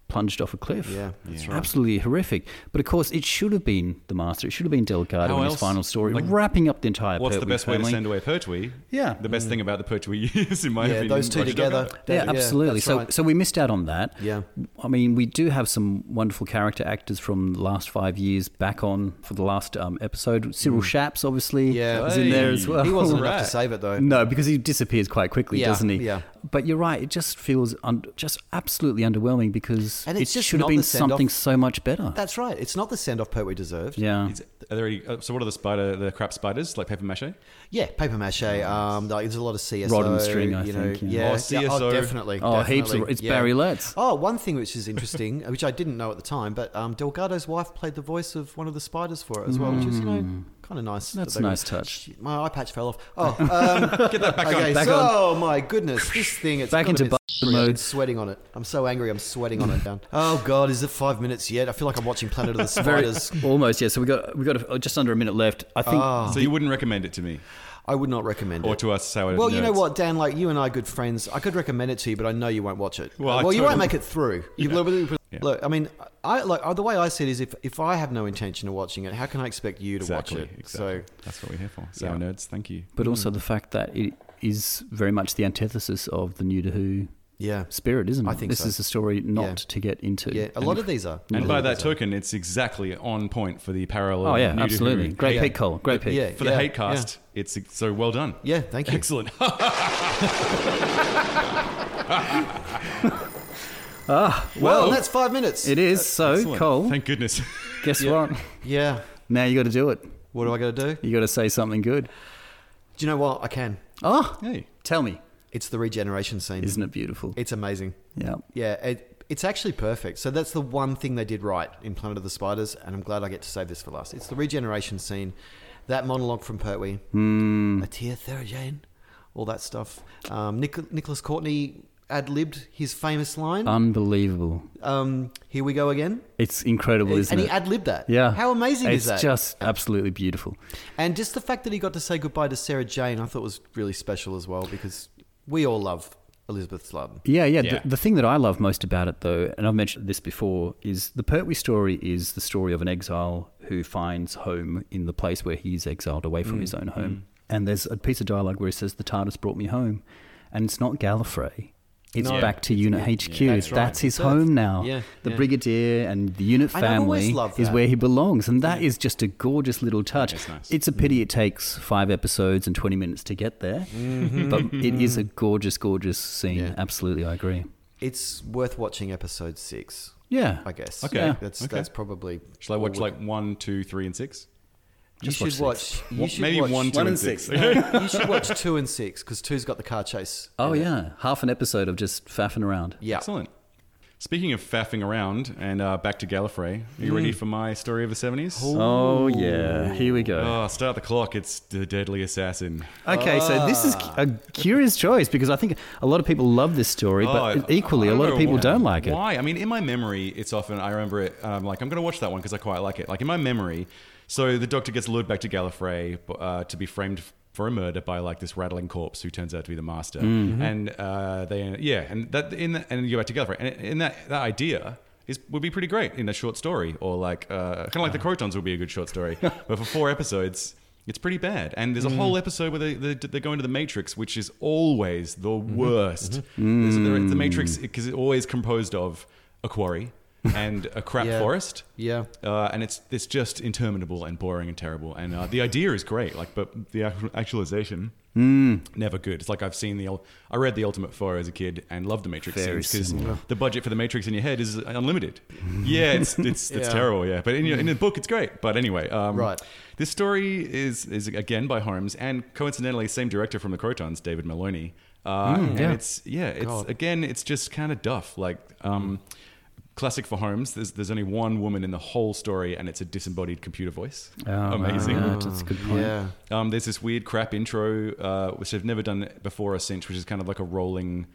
[SPEAKER 2] plunged off a cliff.
[SPEAKER 3] Yeah, that's Yeah. right.
[SPEAKER 2] Absolutely horrific. But of course, it should have been the master. It should have been Delgado
[SPEAKER 1] How
[SPEAKER 2] in
[SPEAKER 1] else?
[SPEAKER 2] his final story,
[SPEAKER 1] Like,
[SPEAKER 2] wrapping up the entire
[SPEAKER 1] What's the
[SPEAKER 2] Pertwee
[SPEAKER 1] best way to
[SPEAKER 2] family.
[SPEAKER 1] send away Pertwee?
[SPEAKER 2] Yeah.
[SPEAKER 1] The best thing about the Pertwee (laughs) is, in my
[SPEAKER 3] Mm. Yeah,
[SPEAKER 1] opinion,
[SPEAKER 3] those two
[SPEAKER 1] Roger
[SPEAKER 3] together.
[SPEAKER 1] Douglas.
[SPEAKER 2] Yeah,
[SPEAKER 3] Yeah,
[SPEAKER 2] absolutely.
[SPEAKER 3] that's
[SPEAKER 2] so,
[SPEAKER 3] right.
[SPEAKER 2] so we missed out on that.
[SPEAKER 3] Yeah.
[SPEAKER 2] I mean, we do have some wonderful character actors from the last five years back on for the last um, episode. Cyril Shapps, obviously,
[SPEAKER 3] Mm. Yeah.
[SPEAKER 2] was in there as
[SPEAKER 1] Hey.
[SPEAKER 2] well.
[SPEAKER 3] He
[SPEAKER 2] (laughs)
[SPEAKER 3] wasn't enough
[SPEAKER 1] Right.
[SPEAKER 3] to save it though.
[SPEAKER 2] No, because he disappears quite quickly,
[SPEAKER 3] Yeah,
[SPEAKER 2] doesn't he?
[SPEAKER 3] yeah.
[SPEAKER 2] But you're right; it just feels un- just absolutely underwhelming because
[SPEAKER 3] And it's
[SPEAKER 2] it
[SPEAKER 3] just
[SPEAKER 2] should have
[SPEAKER 3] not
[SPEAKER 2] been
[SPEAKER 3] the send-off.
[SPEAKER 2] something so much better.
[SPEAKER 3] That's right. It's not the send off Pertwee deserved.
[SPEAKER 2] yeah,
[SPEAKER 1] Is- are there any, uh, so what are the spider, the crap spiders like paper mache?
[SPEAKER 3] Yeah, paper mache. Um, like, there's a lot of CSO.
[SPEAKER 2] Rod and string, I
[SPEAKER 3] you know,
[SPEAKER 2] think, yeah.
[SPEAKER 1] Oh,
[SPEAKER 3] Yeah. yeah,
[SPEAKER 1] CSO.
[SPEAKER 3] definitely.
[SPEAKER 2] Oh, heaps of-
[SPEAKER 3] definitely,
[SPEAKER 2] it's Barry
[SPEAKER 3] (laughs)
[SPEAKER 2] Letts.
[SPEAKER 3] Oh, one thing which is interesting, (laughs) uh, which I didn't know at the time, but um, Delgado's wife played the voice of one of the spiders for it as well, which is you know kind of nice. that
[SPEAKER 2] That's a
[SPEAKER 3] they-
[SPEAKER 2] nice touch.
[SPEAKER 3] Shit, my eye patch fell off. Oh, (laughs) um, get that back okay,
[SPEAKER 2] on. Back
[SPEAKER 3] so oh my goodness, this thing. It's
[SPEAKER 2] Back
[SPEAKER 3] gotta
[SPEAKER 2] into
[SPEAKER 3] be
[SPEAKER 2] bug
[SPEAKER 3] sweating.
[SPEAKER 2] mode.
[SPEAKER 3] I'm sweating on it. I'm so angry. I'm sweating on it. Down. Oh God, is it five minutes yet? I feel like I'm watching Planet of
[SPEAKER 2] (laughs)
[SPEAKER 3] the Spiders.
[SPEAKER 2] almost. Yeah. So we got we got a, just under a minute left. I think.
[SPEAKER 3] Ah. Oh.
[SPEAKER 1] So you wouldn't recommend it to me
[SPEAKER 3] I would not recommend it.
[SPEAKER 1] or to us sour
[SPEAKER 3] Well, you know
[SPEAKER 1] nerds?
[SPEAKER 3] what, Dan? Like you and I, are good friends. I could recommend it to you, but I know you won't watch it.
[SPEAKER 1] Well, I
[SPEAKER 3] Well, you won't
[SPEAKER 1] totally-
[SPEAKER 3] make it through. You look, look, I mean, I like uh, the way I see it is if if I have no intention of watching it, how can I expect you to
[SPEAKER 1] Exactly.
[SPEAKER 3] watch it?
[SPEAKER 1] exactly.
[SPEAKER 3] So
[SPEAKER 1] that's what we're here for. Sour nerds. Thank you.
[SPEAKER 2] But
[SPEAKER 3] Hmm.
[SPEAKER 2] also the fact that it is very much the antithesis of the new to who
[SPEAKER 3] yeah,
[SPEAKER 2] spirit, isn't it?
[SPEAKER 3] I think
[SPEAKER 2] this
[SPEAKER 3] so.
[SPEAKER 2] is a story not
[SPEAKER 3] Yeah.
[SPEAKER 2] to get into.
[SPEAKER 3] yeah. A
[SPEAKER 2] And-
[SPEAKER 3] lot of these are.
[SPEAKER 1] And
[SPEAKER 3] A lot
[SPEAKER 1] by
[SPEAKER 3] of
[SPEAKER 1] that
[SPEAKER 3] these are.
[SPEAKER 1] token, it's exactly on point for the parallel.
[SPEAKER 2] Oh yeah,
[SPEAKER 1] New to Who
[SPEAKER 2] absolutely. Great
[SPEAKER 1] hate-
[SPEAKER 2] pick, Cole. Great pick.
[SPEAKER 3] Yeah.
[SPEAKER 1] For the hate cast, it's so well done.
[SPEAKER 3] Yeah, thank you.
[SPEAKER 1] Excellent.
[SPEAKER 3] Well, and that's five minutes.
[SPEAKER 2] It is. So
[SPEAKER 1] Excellent.
[SPEAKER 2] Cole,
[SPEAKER 1] Thank goodness. (laughs)
[SPEAKER 2] guess what?
[SPEAKER 3] Yeah.
[SPEAKER 2] Now you got to do it.
[SPEAKER 3] What do I got to do? Do
[SPEAKER 2] You got to say something good.
[SPEAKER 3] you know what? I can.
[SPEAKER 2] Oh,
[SPEAKER 1] hey.
[SPEAKER 2] tell me,
[SPEAKER 3] It's the regeneration scene.
[SPEAKER 2] isn't it beautiful?
[SPEAKER 3] It's amazing.
[SPEAKER 2] yeah.
[SPEAKER 3] Yeah, it, it's actually perfect. So that's the one thing they did right in Planet of the Spiders, and I'm glad I get to save this for last. It's the regeneration scene, that monologue from Pertwee,
[SPEAKER 2] Hmm.
[SPEAKER 3] mm. Atia Therajane, all that stuff. Um, Nic- Nicholas Courtney ad libbed his famous
[SPEAKER 2] Uh.
[SPEAKER 3] line,
[SPEAKER 2] Unbelievable.
[SPEAKER 3] um, Here we go again.
[SPEAKER 2] It's incredible, isn't
[SPEAKER 3] and he
[SPEAKER 2] it?
[SPEAKER 3] ad libbed that.
[SPEAKER 2] yeah.
[SPEAKER 3] How amazing
[SPEAKER 2] it's
[SPEAKER 3] is that?
[SPEAKER 2] just absolutely beautiful.
[SPEAKER 3] and just the fact that he got to say goodbye to Sarah Jane, I thought was really special as well because we all love Elizabeth Sladen.
[SPEAKER 2] Yeah, yeah.
[SPEAKER 1] Yeah.
[SPEAKER 2] The, the thing that I love most about it, though, and I've mentioned this before, is the Pertwee story is the story of an exile who finds home in the place where he's exiled away
[SPEAKER 3] Mm,
[SPEAKER 2] from his own home. And there's a piece of dialogue where he says, "The TARDIS brought me home," and it's not Gallifrey. It's
[SPEAKER 1] No.
[SPEAKER 2] back to Unit HQ.
[SPEAKER 3] That's
[SPEAKER 2] That's,
[SPEAKER 3] right.
[SPEAKER 2] his
[SPEAKER 3] That's-
[SPEAKER 2] home now.
[SPEAKER 3] yeah,
[SPEAKER 2] the
[SPEAKER 3] yeah.
[SPEAKER 2] Brigadier and the Unit
[SPEAKER 3] And I've always
[SPEAKER 2] family
[SPEAKER 3] loved
[SPEAKER 2] is
[SPEAKER 3] that.
[SPEAKER 2] where he belongs, and that is just a gorgeous little touch.
[SPEAKER 1] it's nice.
[SPEAKER 2] It's a pity it takes five episodes and 20 minutes to get there,
[SPEAKER 1] Mm-hmm.
[SPEAKER 2] but it is a gorgeous, gorgeous scene.
[SPEAKER 3] Yeah.
[SPEAKER 2] Absolutely, I agree.
[SPEAKER 3] It's worth watching episode six.
[SPEAKER 2] Yeah.
[SPEAKER 3] I guess.
[SPEAKER 1] Okay.
[SPEAKER 2] Yeah.
[SPEAKER 3] That's
[SPEAKER 1] Okay.
[SPEAKER 3] that's probably.
[SPEAKER 1] Shall I watch
[SPEAKER 3] all we-
[SPEAKER 1] like one, two, three, and six?
[SPEAKER 3] You
[SPEAKER 2] just watch
[SPEAKER 3] should watch. You
[SPEAKER 1] Well,
[SPEAKER 3] should
[SPEAKER 1] Maybe
[SPEAKER 3] watch,
[SPEAKER 1] one, two,
[SPEAKER 2] One
[SPEAKER 1] and
[SPEAKER 2] and
[SPEAKER 1] six. (laughs)
[SPEAKER 2] six.
[SPEAKER 3] You should watch two and six because two's got the car chase.
[SPEAKER 2] Oh,
[SPEAKER 3] in it.
[SPEAKER 2] yeah. Half an episode of just faffing around.
[SPEAKER 3] yeah.
[SPEAKER 1] Excellent. Speaking of faffing around and uh, back to Gallifrey, are you ready for my story of the 70s?
[SPEAKER 2] Oh, yeah. Here Hmm. we go.
[SPEAKER 1] Oh, start the clock. It's the deadly assassin.
[SPEAKER 2] Okay, so this is a curious choice because I think a lot of people love this story,
[SPEAKER 1] Oh,
[SPEAKER 2] but
[SPEAKER 1] I-
[SPEAKER 2] equally,
[SPEAKER 1] I
[SPEAKER 2] a lot
[SPEAKER 1] know
[SPEAKER 2] of people
[SPEAKER 1] why-
[SPEAKER 2] don't like it.
[SPEAKER 1] Why? I mean, in my memory, it's often I remember it. And I'm like, I'm going to watch that one because I quite like it. Like in my memory, so the Doctor gets lured back to Gallifrey uh, to be framed for a murder by like this rattling corpse who turns out to be the Master.
[SPEAKER 2] Mm-hmm.
[SPEAKER 1] And uh, they, yeah, and that in the, and you go back to Gallifrey, and, and that that idea. Is, would be pretty great in a short story, or like uh, kind of
[SPEAKER 2] Ah.
[SPEAKER 1] like the Crotons would be a good short
[SPEAKER 2] (laughs)
[SPEAKER 1] story, but for four episodes, it's pretty bad. And there's a
[SPEAKER 3] Mm.
[SPEAKER 1] whole episode where they, they, they go into the Matrix, which is always the
[SPEAKER 3] Mm-hmm.
[SPEAKER 1] worst. There's- there- The Matrix,
[SPEAKER 3] Mm.
[SPEAKER 1] because it's always composed of a quarry and a crap
[SPEAKER 3] Yeah.
[SPEAKER 1] forest.
[SPEAKER 3] Yeah.
[SPEAKER 1] Uh, and it's, it's just interminable and boring and terrible. And uh, the idea is great, like, but the actual- actualization.
[SPEAKER 3] Mm.
[SPEAKER 1] Never good. It's like I've seen the. ul- I read the Ultimate Four as a kid and loved the Matrix
[SPEAKER 2] Very
[SPEAKER 1] because
[SPEAKER 2] similar.
[SPEAKER 1] the budget for the Matrix in your head is unlimited. Yeah, it's it's, it's
[SPEAKER 3] (laughs) Yeah.
[SPEAKER 1] terrible. Yeah, but in, your, in the book it's great. But anyway, um,
[SPEAKER 3] Right.
[SPEAKER 1] this story is is again by Holmes, and coincidentally, same director from the Crotons, David Maloney. Uh, and
[SPEAKER 2] Mm, yeah.
[SPEAKER 1] it's yeah, it's
[SPEAKER 3] God.
[SPEAKER 1] again, it's just kind of duff. Like, um, classic for Holmes. There's there's only one woman in the whole story, and it's a disembodied computer voice.
[SPEAKER 2] Oh,
[SPEAKER 1] Amazing.
[SPEAKER 2] yeah, that's a good point.
[SPEAKER 3] Yeah.
[SPEAKER 1] Um, there's this weird crap intro uh, which they've never done before or since, which is kind of like a rolling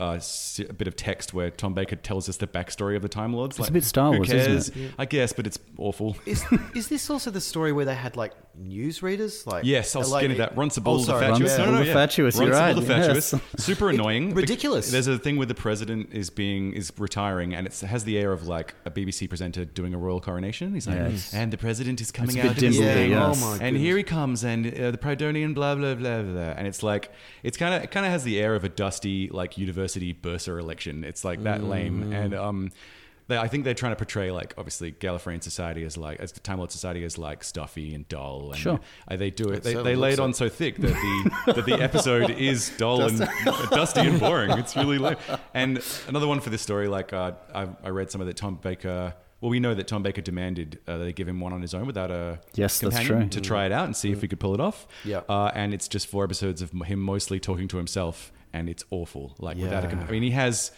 [SPEAKER 1] uh, s- a bit of text where Tom Baker tells us the backstory of the Time Lords. It's
[SPEAKER 2] a bit Star Wars,
[SPEAKER 1] who
[SPEAKER 2] isn't
[SPEAKER 1] cares?
[SPEAKER 2] it?
[SPEAKER 1] I guess, but it's awful. (laughs)
[SPEAKER 3] Is, is this also the story where they had like newsreaders? Like
[SPEAKER 1] Yes, I was
[SPEAKER 3] like,
[SPEAKER 1] getting that. Runcibule
[SPEAKER 3] Oh,
[SPEAKER 1] the
[SPEAKER 3] sorry.
[SPEAKER 1] Fatuous.
[SPEAKER 3] Yeah.
[SPEAKER 2] Runcibule the Fatuous, you're right,
[SPEAKER 1] Runcibule the Fatuous.
[SPEAKER 2] yes.
[SPEAKER 1] (laughs) Super annoying. Bec-
[SPEAKER 3] ridiculous.
[SPEAKER 1] There's a thing where the president is being is retiring, and it's, it has the air of like a BBC presenter doing a royal coronation. He's like,
[SPEAKER 2] Yes.
[SPEAKER 1] and the president is
[SPEAKER 2] It's
[SPEAKER 1] coming
[SPEAKER 2] a
[SPEAKER 1] out. of
[SPEAKER 2] bit
[SPEAKER 1] his
[SPEAKER 2] dimly,
[SPEAKER 1] thing,
[SPEAKER 2] yes.
[SPEAKER 3] Oh my
[SPEAKER 1] and here he comes, and uh, the Prydonian, blah blah blah blah. And it's like it's kind of it kind of has the air of a dusty like university bursar election. It's like that lame,
[SPEAKER 2] Mm.
[SPEAKER 1] and um. They, I think they're trying to portray, like, obviously, Gallifreyan society as like, as the Time Lord society is like stuffy and dull, and
[SPEAKER 2] Sure.
[SPEAKER 1] uh, they do it. They,
[SPEAKER 3] certainly
[SPEAKER 1] they lay
[SPEAKER 3] looks
[SPEAKER 1] it on so thick that the that
[SPEAKER 2] (laughs)
[SPEAKER 1] the episode is dull and (laughs) dusty and boring. It's really lame. And another one for this story, like uh, I, I read some of that Tom Baker. Well, we know that Tom Baker demanded uh, they give him one on his own without a
[SPEAKER 2] Yes, that's
[SPEAKER 1] companion to
[SPEAKER 2] true.
[SPEAKER 1] try it out and see if we could pull it off.
[SPEAKER 3] Yeah.
[SPEAKER 1] uh, and it's just four episodes of him mostly talking to himself, and it's awful. Like without a, com-
[SPEAKER 3] Yeah.
[SPEAKER 1] I mean, he has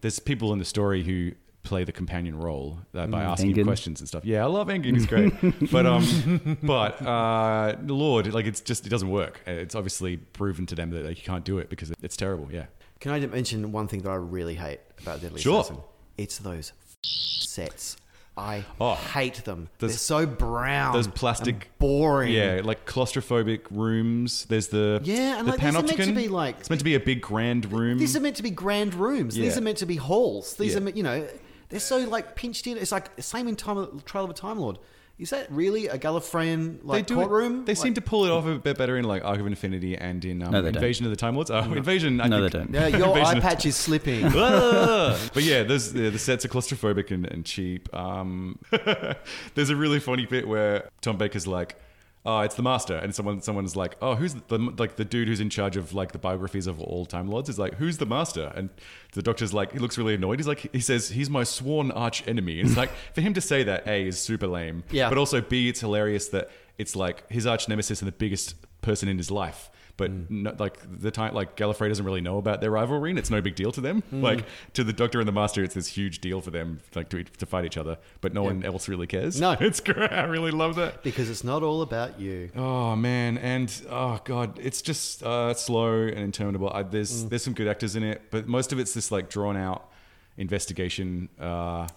[SPEAKER 1] there's people in the story who play the companion role uh, by
[SPEAKER 3] Mm,
[SPEAKER 1] asking him
[SPEAKER 2] Engin.
[SPEAKER 1] questions questions and stuff. Yeah, I love Engin. He's
[SPEAKER 3] (laughs)
[SPEAKER 1] great. but um, but uh, Lord, like it's just it doesn't work. Uh, It's obviously proven to them that they can't do it because it's terrible. Yeah.
[SPEAKER 3] Can I just mention one thing that I really hate about Deadly
[SPEAKER 1] Sure.
[SPEAKER 3] Assassin? It's those f- sets. I
[SPEAKER 1] Oh.
[SPEAKER 3] hate them.
[SPEAKER 1] Those-
[SPEAKER 3] They're so brown.
[SPEAKER 1] those
[SPEAKER 3] and
[SPEAKER 1] plastic-
[SPEAKER 3] boring.
[SPEAKER 1] Yeah, like claustrophobic rooms. There's the
[SPEAKER 3] Yeah, and,
[SPEAKER 1] the
[SPEAKER 3] like, these are meant to
[SPEAKER 1] panopticon.
[SPEAKER 3] be, like-
[SPEAKER 1] it's meant to be a big grand room.
[SPEAKER 3] These are meant to be grand rooms. These
[SPEAKER 1] Mm. Yeah.
[SPEAKER 3] are meant to be halls. These
[SPEAKER 1] Yeah.
[SPEAKER 3] are, me- you know, they're so like pinched in. It's like same in time Trial of a Time Lord. Is that really a Gallifreyan
[SPEAKER 1] they
[SPEAKER 3] like
[SPEAKER 1] do
[SPEAKER 3] courtroom?
[SPEAKER 1] It, they
[SPEAKER 3] Like-
[SPEAKER 1] seem to pull it off a bit better in like Arc of Infinity and in um,
[SPEAKER 2] No, they don't.
[SPEAKER 1] Invasion of the Time Lords. Oh, Invasion. I
[SPEAKER 2] No,
[SPEAKER 1] think-
[SPEAKER 2] they don't.
[SPEAKER 1] (laughs)
[SPEAKER 3] Yeah, your
[SPEAKER 1] Invasion
[SPEAKER 3] eye
[SPEAKER 1] of
[SPEAKER 3] patch is
[SPEAKER 1] (laughs)
[SPEAKER 3] slipping.
[SPEAKER 1] Ah! but yeah, there's, yeah, the sets are claustrophobic and, and cheap. Um, (laughs) there's a really funny bit where Tom Baker's like, "Oh, it's the master," and someone someone's like, "Oh, who's the like the dude who's in charge of like the biographies of all time lords?" Is like, "Who's the master?" And the doctor's like, he looks really annoyed. He's like, he says, "He's my sworn arch enemy." It's like for him to say that A is super lame.
[SPEAKER 3] Yeah.
[SPEAKER 1] But also B, it's hilarious that it's like his arch nemesis and the biggest person in his life but no, like the time like Gallifrey doesn't really know about their rivalry and it's no big deal to them like to the doctor and the master it's this huge deal for them like to, to fight each other but no one else really cares
[SPEAKER 3] No.
[SPEAKER 1] (laughs) it's great I really love that
[SPEAKER 3] Because it's not all about you.
[SPEAKER 1] oh man and oh god it's just uh, slow and interminable I, there's there's some good actors in it but most of it's this like drawn out investigation uh,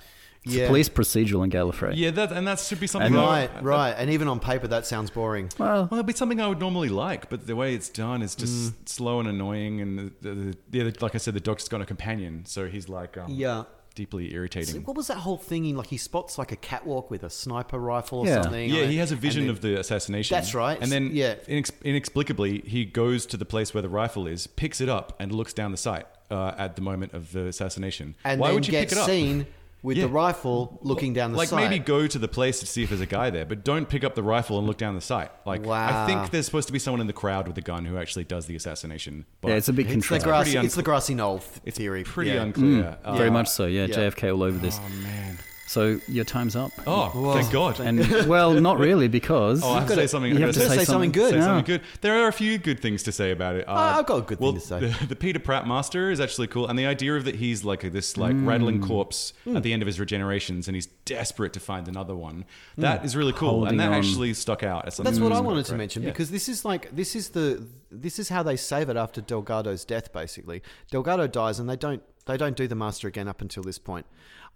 [SPEAKER 2] It's a police procedural in Gallifrey.
[SPEAKER 1] yeah that and that should be something
[SPEAKER 2] And-
[SPEAKER 1] I-
[SPEAKER 3] Right, right. And even on paper, that sounds boring.
[SPEAKER 2] Well,
[SPEAKER 1] Well, it'd be something I would normally like, but the way it's done is
[SPEAKER 3] Mm.
[SPEAKER 1] just slow and annoying. And the, the, the, the, like I said, the doctor's got a companion, so he's like um,
[SPEAKER 3] Yeah.
[SPEAKER 1] deeply
[SPEAKER 3] So
[SPEAKER 1] irritating.
[SPEAKER 3] What was that whole thing? In, like he spots like a catwalk with a sniper rifle or
[SPEAKER 2] Yeah.
[SPEAKER 3] something.
[SPEAKER 1] yeah,
[SPEAKER 3] like-
[SPEAKER 1] he has a vision
[SPEAKER 3] and
[SPEAKER 1] of the assassination.
[SPEAKER 3] That's right.
[SPEAKER 1] And then,
[SPEAKER 3] Yeah.
[SPEAKER 1] inex- inexplicably, he goes to the place where the rifle is, picks it up, and looks down the sight uh, at the moment of the assassination.
[SPEAKER 3] then- And
[SPEAKER 1] Why
[SPEAKER 3] then
[SPEAKER 1] would you
[SPEAKER 3] get
[SPEAKER 1] pick it up?
[SPEAKER 3] seen with
[SPEAKER 1] Yeah.
[SPEAKER 3] the rifle looking down the
[SPEAKER 1] like
[SPEAKER 3] sight.
[SPEAKER 1] maybe go to the place to see if there's a guy there, but don't pick up the rifle and look down the sight. Like I
[SPEAKER 3] Wow.
[SPEAKER 1] think there's supposed to be someone in the crowd with a gun who actually does the assassination. But
[SPEAKER 2] yeah, it's a bit
[SPEAKER 3] it's the
[SPEAKER 2] contrived.
[SPEAKER 3] grassy,
[SPEAKER 1] Pretty
[SPEAKER 3] it's the grassy knoll th-
[SPEAKER 1] it's
[SPEAKER 3] theory.
[SPEAKER 1] pretty
[SPEAKER 3] yeah.
[SPEAKER 1] unclear. Uh,
[SPEAKER 2] Very much so, yeah,
[SPEAKER 3] Yeah.
[SPEAKER 2] JFK all over this.
[SPEAKER 1] Oh man.
[SPEAKER 2] So your time's up.
[SPEAKER 1] Oh, thank God.
[SPEAKER 2] And (laughs) well, not really because
[SPEAKER 1] oh, I have to say something.
[SPEAKER 2] you
[SPEAKER 1] I
[SPEAKER 2] have
[SPEAKER 1] gotta
[SPEAKER 2] to
[SPEAKER 3] say
[SPEAKER 2] say,
[SPEAKER 3] something good.
[SPEAKER 1] say
[SPEAKER 2] Yeah.
[SPEAKER 1] something good. There are a few good things to say about it. Uh,
[SPEAKER 3] I've got a good thing
[SPEAKER 1] well,
[SPEAKER 3] to say.
[SPEAKER 1] The, the Peter Pratt master is actually cool, and the idea of that he's like this like rattling corpse at the end of his regenerations, and he's desperate to find another one. That is really cool,
[SPEAKER 2] Holding
[SPEAKER 1] and that
[SPEAKER 2] on.
[SPEAKER 1] actually stuck out. as something
[SPEAKER 3] That's what
[SPEAKER 1] that
[SPEAKER 3] I
[SPEAKER 1] was
[SPEAKER 3] wanted
[SPEAKER 1] great.
[SPEAKER 3] to mention
[SPEAKER 1] Yeah.
[SPEAKER 3] because this is like this is the this is how they save it after Delgado's death. Basically, Delgado dies and they don't they don't do the Master again up until this point.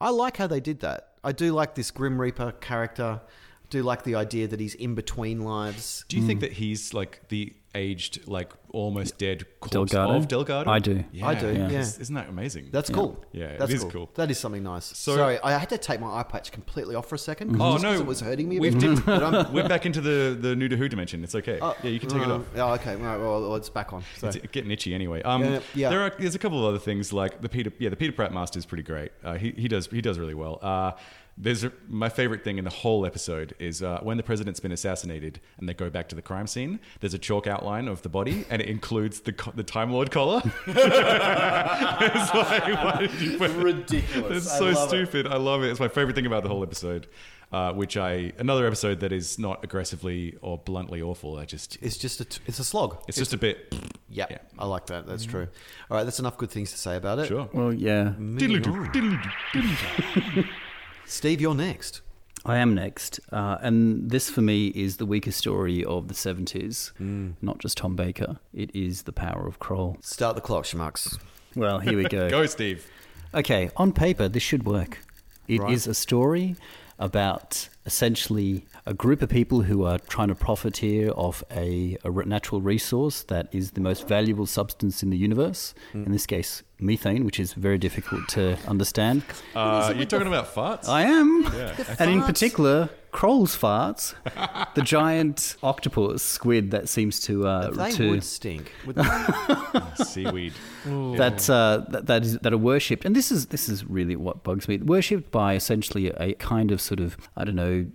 [SPEAKER 3] I like how they did that. I do like this Grim Reaper character. I do like the idea that he's in between lives.
[SPEAKER 1] Do you think that he's like the aged, like almost dead corpse
[SPEAKER 2] Delgado?
[SPEAKER 1] of Delgado?
[SPEAKER 2] I do.
[SPEAKER 1] Yeah.
[SPEAKER 3] I do, yeah.
[SPEAKER 1] Is- Isn't that amazing?
[SPEAKER 3] That's cool.
[SPEAKER 1] Yeah, it
[SPEAKER 3] that's
[SPEAKER 1] is
[SPEAKER 3] cool.
[SPEAKER 1] cool.
[SPEAKER 3] That is something nice.
[SPEAKER 1] So-
[SPEAKER 3] Sorry, I had to take my eye patch completely off for a second. 'cause
[SPEAKER 1] Oh,
[SPEAKER 3] just 'cause
[SPEAKER 1] no.
[SPEAKER 3] it was hurting me. a
[SPEAKER 1] We've
[SPEAKER 3] bit.
[SPEAKER 1] dipped-
[SPEAKER 3] But I'm-
[SPEAKER 1] We're back into the the new to who dimension. It's okay.
[SPEAKER 3] oh,
[SPEAKER 1] (laughs) yeah, you can take it
[SPEAKER 3] uh,
[SPEAKER 1] off.
[SPEAKER 3] Oh, okay. All right, well, it's back on. So.
[SPEAKER 1] It's getting itchy anyway. Um,
[SPEAKER 3] Yeah, yeah.
[SPEAKER 1] There are there's a couple of other things like the Peter yeah the Peter Pratt master is pretty great. Uh, he he does he does really well. Uh, there's a, my favorite thing in the whole episode is uh, when the president's been assassinated and they go back to the crime scene. There's a chalk outline of the body and it includes the co- the Time Lord collar. (laughs) it's like why did you put
[SPEAKER 3] Ridiculous.
[SPEAKER 1] (laughs) It's
[SPEAKER 3] I
[SPEAKER 1] so
[SPEAKER 3] love it.
[SPEAKER 1] stupid. I love it. It's my favorite thing about the whole episode. Uh, which I another episode that is not aggressively or bluntly awful. I just
[SPEAKER 3] It's just a t- it's a slog.
[SPEAKER 1] it's just a bit.
[SPEAKER 3] Yeah,
[SPEAKER 1] Yeah.
[SPEAKER 3] I like that.
[SPEAKER 2] Mm-hmm.
[SPEAKER 3] That's true. All right, that's enough good things to say about it.
[SPEAKER 2] (laughs)
[SPEAKER 1] Sure.
[SPEAKER 2] Well, yeah,
[SPEAKER 1] Diddly-doo, diddly-doo, diddly-doo.
[SPEAKER 3] Steve, you're next.
[SPEAKER 2] I am next, uh, and this for me is the weakest story of the
[SPEAKER 1] Mm.
[SPEAKER 2] seventies. Not just Tom Baker; it is the power of Kroll.
[SPEAKER 3] Start the clock, schmucks.
[SPEAKER 1] (laughs)
[SPEAKER 2] Well, here we go.
[SPEAKER 1] Go, Steve.
[SPEAKER 2] Okay, on paper, this should work. It is
[SPEAKER 1] Right.
[SPEAKER 2] a story about essentially a group of people who are trying to profiteer off a, a re- natural resource that is the most valuable substance in the universe. In this case, methane, which is very difficult to understand.
[SPEAKER 1] Uh, you're talking about farts?
[SPEAKER 2] I am. And in
[SPEAKER 3] farts.
[SPEAKER 2] particular, Kroll's farts, the giant octopus squid that seems to uh,
[SPEAKER 3] They
[SPEAKER 2] to
[SPEAKER 3] would stink. wouldn't
[SPEAKER 2] (laughs)
[SPEAKER 1] (laughs)
[SPEAKER 3] they?
[SPEAKER 1] Seaweed.
[SPEAKER 2] that, uh, that that is that are worshipped, and this is this is really what bugs me. Worshipped by essentially a kind of sort of I don't know.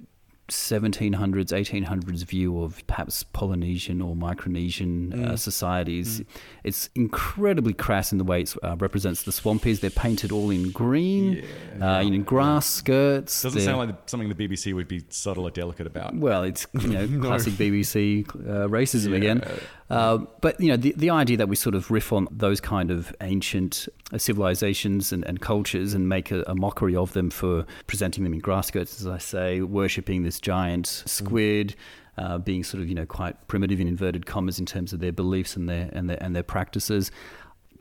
[SPEAKER 2] 1700s, 1800s view of perhaps Polynesian or Micronesian uh,
[SPEAKER 1] Mm.
[SPEAKER 2] societies. It's incredibly crass in the way it uh, represents the swampies. They're painted all in green, uh, you know, grass skirts.
[SPEAKER 1] Doesn't
[SPEAKER 2] They're-
[SPEAKER 1] sound like something the BBC would be subtle or delicate about.
[SPEAKER 2] well, it's
[SPEAKER 1] (laughs)
[SPEAKER 2] you know classic BBC uh, racism again. Uh, but you know the, the idea that we sort of riff on those kind of ancient uh, civilizations and, and cultures and make a, a mockery of them for presenting them in grass skirts, as I say, worshipping this giant squid. Uh, being sort of you know quite primitive in inverted commas in terms of their beliefs and their and their and their practices,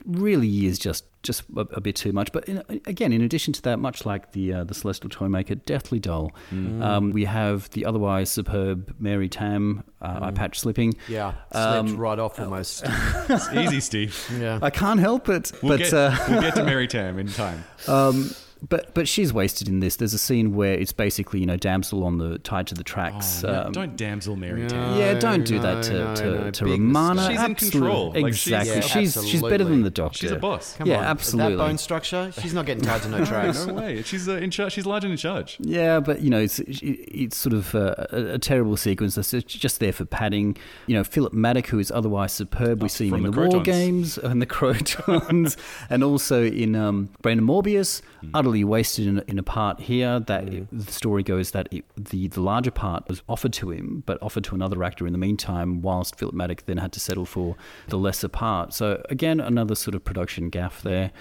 [SPEAKER 2] really is just just a, a bit too much. But in, again, in addition to that, much like the uh, the Celestial Toymaker, Deathly Doll, um, we have the otherwise superb Mary Tam, uh, eye patch slipping.
[SPEAKER 3] Yeah, slipped
[SPEAKER 2] Um,
[SPEAKER 3] right
[SPEAKER 2] (laughs)
[SPEAKER 3] off almost.
[SPEAKER 2] uh,
[SPEAKER 1] It's easy,
[SPEAKER 3] (laughs)
[SPEAKER 1] Steve.
[SPEAKER 3] yeah.
[SPEAKER 2] I can't help it,
[SPEAKER 1] We'll,
[SPEAKER 2] but
[SPEAKER 1] get,
[SPEAKER 2] uh,
[SPEAKER 1] we'll get to Mary Tam in time.
[SPEAKER 2] um, but but she's wasted in this. There's a scene where it's basically you know damsel on the tied to the tracks. um,
[SPEAKER 1] Oh, Don't damsel Mary Tam.
[SPEAKER 2] yeah, don't do that to,
[SPEAKER 3] No,
[SPEAKER 2] to,
[SPEAKER 3] no, no,
[SPEAKER 2] to
[SPEAKER 3] big
[SPEAKER 2] Romana.
[SPEAKER 3] mistake.
[SPEAKER 1] She's in
[SPEAKER 2] Absolute-
[SPEAKER 1] control. Like, she's-
[SPEAKER 2] Exactly.
[SPEAKER 3] Yeah,
[SPEAKER 2] she's she's better than
[SPEAKER 3] absolutely.
[SPEAKER 2] the doctor.
[SPEAKER 1] She's a boss.
[SPEAKER 3] Come
[SPEAKER 2] yeah,
[SPEAKER 3] on.
[SPEAKER 2] absolutely.
[SPEAKER 3] That bone structure, she's not
[SPEAKER 2] (laughs)
[SPEAKER 3] getting tied to no tracks.
[SPEAKER 1] No way. She's uh, in charge. She's large and in charge.
[SPEAKER 2] Yeah, but you know, it's it's sort of a, a, a terrible sequence. That's just there for padding. You know, Philip Maddock, who is otherwise superb, we see him
[SPEAKER 1] from
[SPEAKER 2] in the,
[SPEAKER 1] the
[SPEAKER 2] War
[SPEAKER 1] Crotons.
[SPEAKER 2] Games and the Crotons, (laughs) and also in um, Brandon Morbius, utterly wasted in, in a part here. That the story goes that it, the the larger part was offered to him, but offered to another actor in the meantime, whilst Philip Maddock then had to settle for the lesser part. So again, another sort of production gaff there.